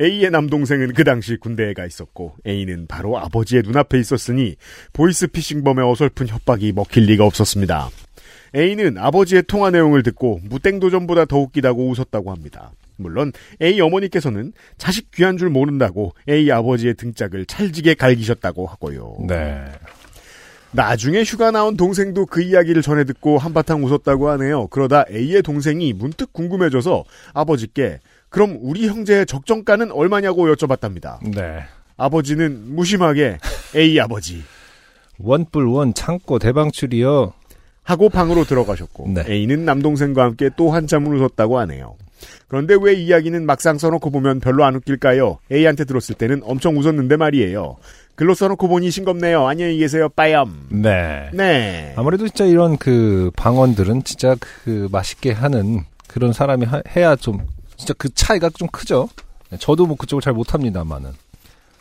A의 남동생은 그 당시 군대에 가 있었고 A는 바로 아버지의 눈앞에 있었으니 보이스피싱범의 어설픈 협박이 먹힐 리가 없었습니다. A는 아버지의 통화 내용을 듣고 무땡도전보다 더 웃기다고 웃었다고 합니다. 물론 A 어머니께서는 자식 귀한 줄 모른다고 A 아버지의 등짝을 찰지게 갈기셨다고 하고요.
네.
나중에 휴가 나온 동생도 그 이야기를 전해 듣고 한바탕 웃었다고 하네요. 그러다 A의 동생이 문득 궁금해져서 아버지께 그럼 우리 형제의 적정가는 얼마냐고 여쭤봤답니다.
네.
아버지는 무심하게 A 아버지
원뿔 원 창고 대방출이요.
하고 방으로 들어가셨고
네.
A는 남동생과 함께 또 한참 웃었다고 하네요. 그런데 왜 이야기는 막상 써놓고 보면 별로 안 웃길까요? A한테 들었을 때는 엄청 웃었는데 말이에요. 글로 써놓고 보니 싱겁네요. 안녕히 계세요. 빠염.
네.
네.
아무래도 진짜 이런 그 방언들은 진짜 그 맛있게 하는 그런 사람이 하- 해야 좀 진짜 그 차이가 좀 크죠. 네, 저도 뭐 그쪽을 잘 못합니다만은.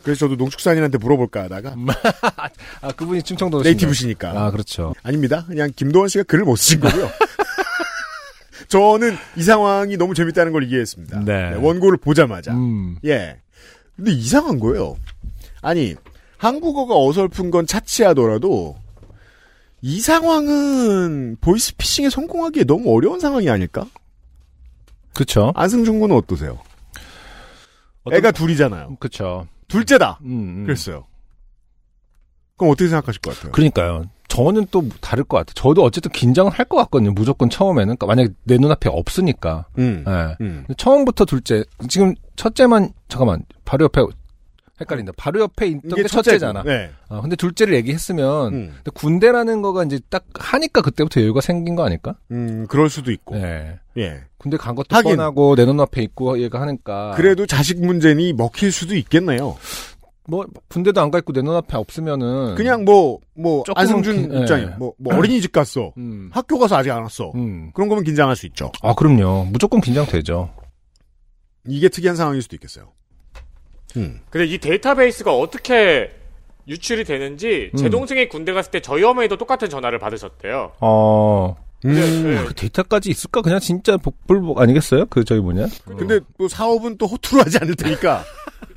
그래서 저도 농축산인한테 물어볼까 하다가
아 그분이 충청도
네이티브시니까.
아 그렇죠.
아닙니다. 그냥 김도원 씨가 글을 못 쓰신 거고요. 저는 이 상황이 너무 재밌다는 걸 이해했습니다.
네.
원고를 보자마자.
음.
예. 근데 이상한 거예요. 아니, 한국어가 어설픈 건 차치하더라도 이 상황은 보이스피싱에 성공하기에 너무 어려운 상황이 아닐까?
그렇죠.
안승준 군은 어떠세요? 애가 둘이잖아요.
그렇죠.
둘째다.
음, 음.
그랬어요. 그럼 어떻게 생각하실 것 같아요?
그러니까요. 저는 또 다를 것 같아요. 저도 어쨌든 긴장을 할 것 같거든요. 무조건 처음에는 그러니까 만약에 내 눈앞에 없으니까.
음.
예.
음.
근데 처음부터 둘째. 지금 첫째만 잠깐만. 바로 옆에 헷갈린다. 바로 옆에 있던 게 첫째잖아.
네.
아, 근데 둘째를 얘기했으면
음.
근데 군대라는 거가 이제 딱 하니까 그때부터 여유가 생긴 거 아닐까?
음, 그럴 수도 있고.
예.
예.
군대 간 것도
하긴.
뻔하고 내 눈앞에 있고 얘가 하니까
그래도 자식 문제니 먹힐 수도 있겠네요.
뭐 군대도 안 가 있고 내 눈앞에 없으면은
그냥 뭐, 뭐,
조금은
안승준
긴-
입장에,
예.
뭐, 뭐 어린이집 갔어.
음.
학교 가서 아직 안 왔어.
음.
그런 거면 긴장할 수 있죠.
아, 그럼요. 무조건 긴장되죠.
이게 특이한 상황일 수도 있겠어요. 음.
근데 이 데이터베이스가 어떻게 유출이 되는지 제
음.
동생이 군대 갔을 때 저희 어머니도 똑같은 전화를 받으셨대요.
어,
네, 네.
그 데이터까지 있을까? 그냥
음.
진짜 복불복 아니겠어요? 그 저기 뭐냐?
근데 또 사업은 또 호투로 하지 않을 테니까.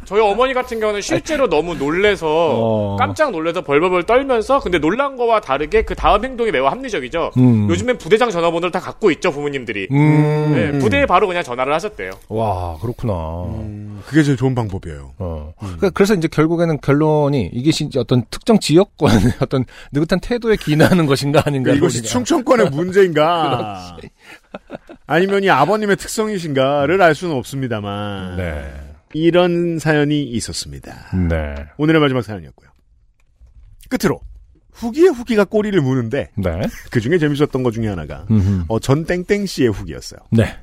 저희 어머니 같은 경우는 실제로 너무 놀래서
어.
깜짝 놀래서 벌벌벌 떨면서 근데 놀란 거와 다르게 그 다음 행동이 매우 합리적이죠.
음.
요즘엔 부대장 전화번호를 다 갖고 있죠 부모님들이.
음.
네, 부대에 바로 그냥 전화를 하셨대요.
와, 그렇구나.
그게 제일 좋은 방법이에요.
어. 그러니까 그래서 이제 결국에는 결론이 이게 진짜 어떤 특정 지역권의 어떤 느긋한 태도에 기인하는 것인가 아닌가.
그러니까 이것이
우리가.
충청권의 문제인가 아니면 이 아버님의 특성이신가를 알 수는 없습니다만
네.
이런 사연이 있었습니다.
네.
오늘의 마지막 사연이었고요. 끝으로 후기의 후기가 꼬리를 무는데
네.
그 중에 재밌었던 것 중에 하나가
음흠.
어, 전 땡땡 씨의 후기였어요.
네.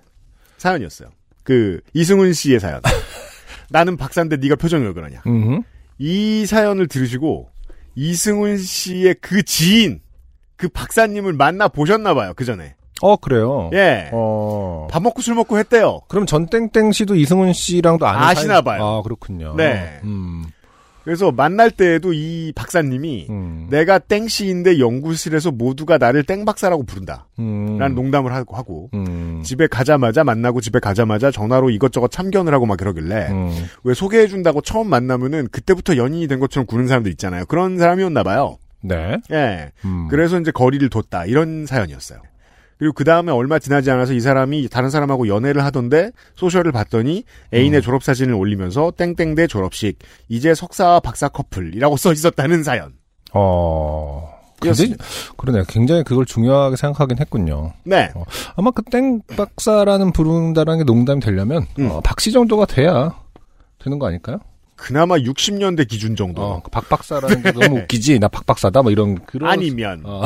사연이었어요. 그 이승훈 씨의 사연. 나는 박사인데 네가 표정이 왜 그러냐.
음흠.
이 사연을 들으시고 이승훈 씨의 그 지인 그 박사님을 만나 보셨나 봐요 그 전에
어, 그래요.
예.
어.
밥 먹고 술 먹고 했대요.
그럼 전땡땡 씨도 이승훈 씨랑도 아는
아시나
사이-
봐요.
아, 그렇군요.
네.
음.
그래서 만날 때에도 이 박사님이
음.
내가 땡씨인데 연구실에서 모두가 나를 땡박사라고 부른다
음.
라는 농담을 하고 하고
음.
집에 가자마자 만나고 집에 가자마자 전화로 이것저것 참견을 하고 막 그러길래
음.
왜 소개해준다고 처음 만나면은 그때부터 연인이 된 것처럼 구는 사람도 있잖아요. 그런 사람이었나 봐요.
네.
예.
음.
그래서 이제 거리를 뒀다 이런 사연이었어요. 그리고 그 다음에 얼마 지나지 않아서 이 사람이 다른 사람하고 연애를 하던데 소셜을 봤더니
음.
애인의 졸업 사진을 올리면서 땡땡대 졸업식 이제 석사와 박사 커플이라고 써 있었다는 사연.
어. 근데,
이었습니다.
그러네. 굉장히 그걸 중요하게 생각하긴 했군요.
네,
아마 그 땡 박사라는 부른다라는 게 농담이 되려면
음.
어, 박씨 정도가 돼야 되는 거 아닐까요?
그나마 60년대 기준 정도
어, 그박 박사라는 게 너무 웃기지. 나 박 박사다 뭐 이런 그런
아니면
어,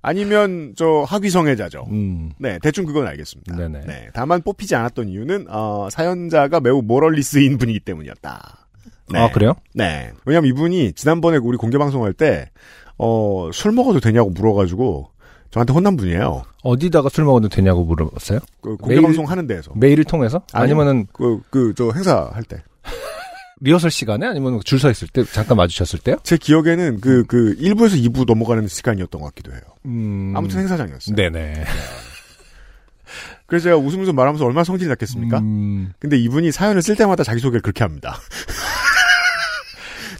아니면 저 학위성애자죠.
음.
네, 대충 그건 알겠습니다.
네네.
네, 다만 뽑히지 않았던 이유는 어, 사연자가 매우 모럴리스인 분이기 때문이었다. 네.
아 그래요?
네. 왜냐면 이분이 지난번에 우리 공개 방송할 때, 어, 술 먹어도 되냐고 물어가지고, 저한테 혼난 분이에요.
어디다가 술 먹어도 되냐고 물어봤어요?
그 공개
메일?
방송 하는 데에서.
메일을 통해서?
아니요.
아니면은
그, 그, 저 행사 할 때.
리허설 시간에 아니면 줄 서 있을 때 잠깐 마주쳤을 때요?
제 기억에는 그, 그, 1부에서 2부 넘어가는 시간이었던 것 같기도 해요.
음.
아무튼 행사장이었어요.
네네.
그래서 제가 웃으면서 말하면서 얼마나 성질이 났겠습니까?
음.
근데 이분이 사연을 쓸 때마다 자기소개를 그렇게 합니다.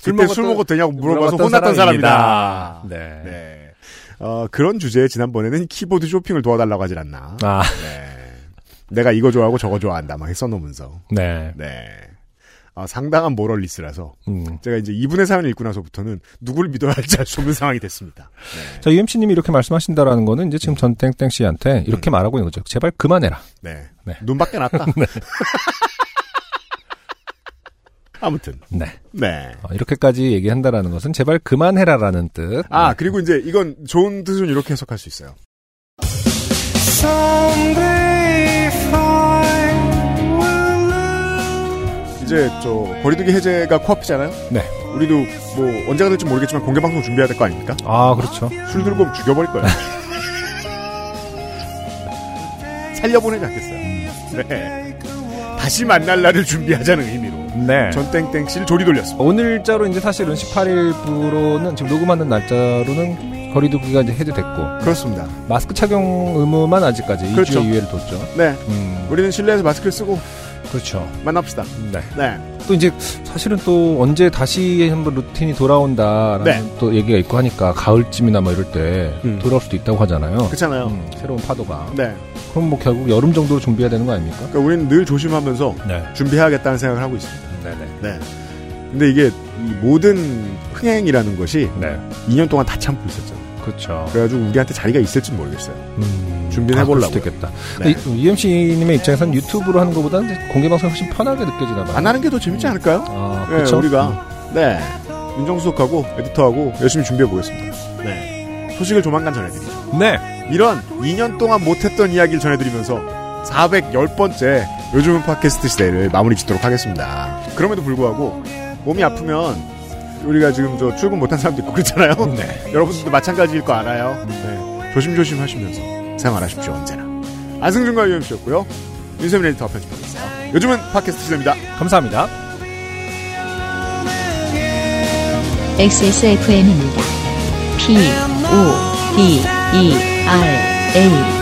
술
그때
먹었던-
술 먹어도 되냐고 물어봐서
물어봤던
혼났던 사람이다.
사람입니다. 네.
네. 어, 그런 주제에 지난번에는 키보드 쇼핑을 도와달라고 하질 않나. 네.
아,
내가 이거 좋아하고 저거 좋아한다 막 써놓으면서
네.
네 아, 상당한 모럴리스라서
음.
제가 이제 이분의 사연을 읽고 나서부터는 누굴 믿어야 할지 알 수 없는 상황이 됐습니다.
자, UMC님이 이렇게 말씀하신다라는 거는 이제 지금 전땡땡 씨한테 이렇게 말하고 있는 거죠. 제발 그만해라.
네,
네.
눈밖에 났다. 아무튼
네.
네.
어, 이렇게까지 얘기한다라는 것은 제발 그만해라라는 뜻.
아 그리고 이제 이건 좋은 뜻은 이렇게 해석할 수 있어요. 이제 저 거리두기 해제가 코앞이잖아요.
네.
우리도 뭐 언제가 될지 모르겠지만 공개 방송 준비해야 될 거 아닙니까?
아, 그렇죠.
술 들고 오면 죽여버릴 거야. 살려보내지 않겠어요. 네. 다시 만날 날을 준비하자는 의미로
네.
전땡땡 씨를 조리 돌렸습니다.
오늘자로 이제 사실은 18일부로는 지금 녹음하는 날짜로는 거리두기가 이제 해제됐고
그렇습니다.
마스크 착용 의무만 아직까지
그렇죠.
2주의 유예를 뒀죠.
네.
음,
우리는 실내에서 마스크를 쓰고
그렇죠.
만납시다.
네.
네.
또 이제 사실은 또 언제 다시 한번 루틴이 돌아온다라는
네.
또 얘기가 있고 하니까 가을쯤이나 뭐 이럴 때
음.
돌아올 수도 있다고 하잖아요.
그렇잖아요.
음, 새로운 파도가.
네.
그럼 뭐 결국 여름 정도로 준비해야 되는 거 아닙니까?
그러니까 우리는 늘 조심하면서
네.
준비해야겠다는 생각을 하고 있습니다.
네네.
네. 근데 이게 이 모든 흥행이라는 것이
네.
2년 동안 다 참고 있었죠.
그렇죠.
그래가지고 우리한테 자리가 있을지 모르겠어요.
음,
준비는
아, 그럴
해보려고요.
수도 있겠다.
네.
EMC님의 입장에서는 유튜브로 하는 것보다는 공개방송이 훨씬 편하게 느껴지나 봐요.
안 하는 게 더 재밌지 않을까요?
아,
네,
그쵸? 음.
우리가 네 윤정수석하고 에디터하고 열심히 준비해 보겠습니다. 네 소식을 조만간 전해드리죠.
음. 네.
이런 2년 동안 못했던 이야기를 전해드리면서 410번째 요즘은 팟캐스트 시대를 마무리 짓도록 하겠습니다. 그럼에도 불구하고 몸이 아프면 우리가 지금 저 출근 못한 사람도 있고 그렇잖아요.
네.
여러분들도 마찬가지일 거 알아요. 네, 조심조심 하시면서 생활하십시오 언제나. 안승준과 유엠씨였고요. 윤세민 에디터 편집하겠습니다. 요즘은 팟캐스트 시대입니다.
감사합니다.
XSFM입니다. P, O, D, E, R, A.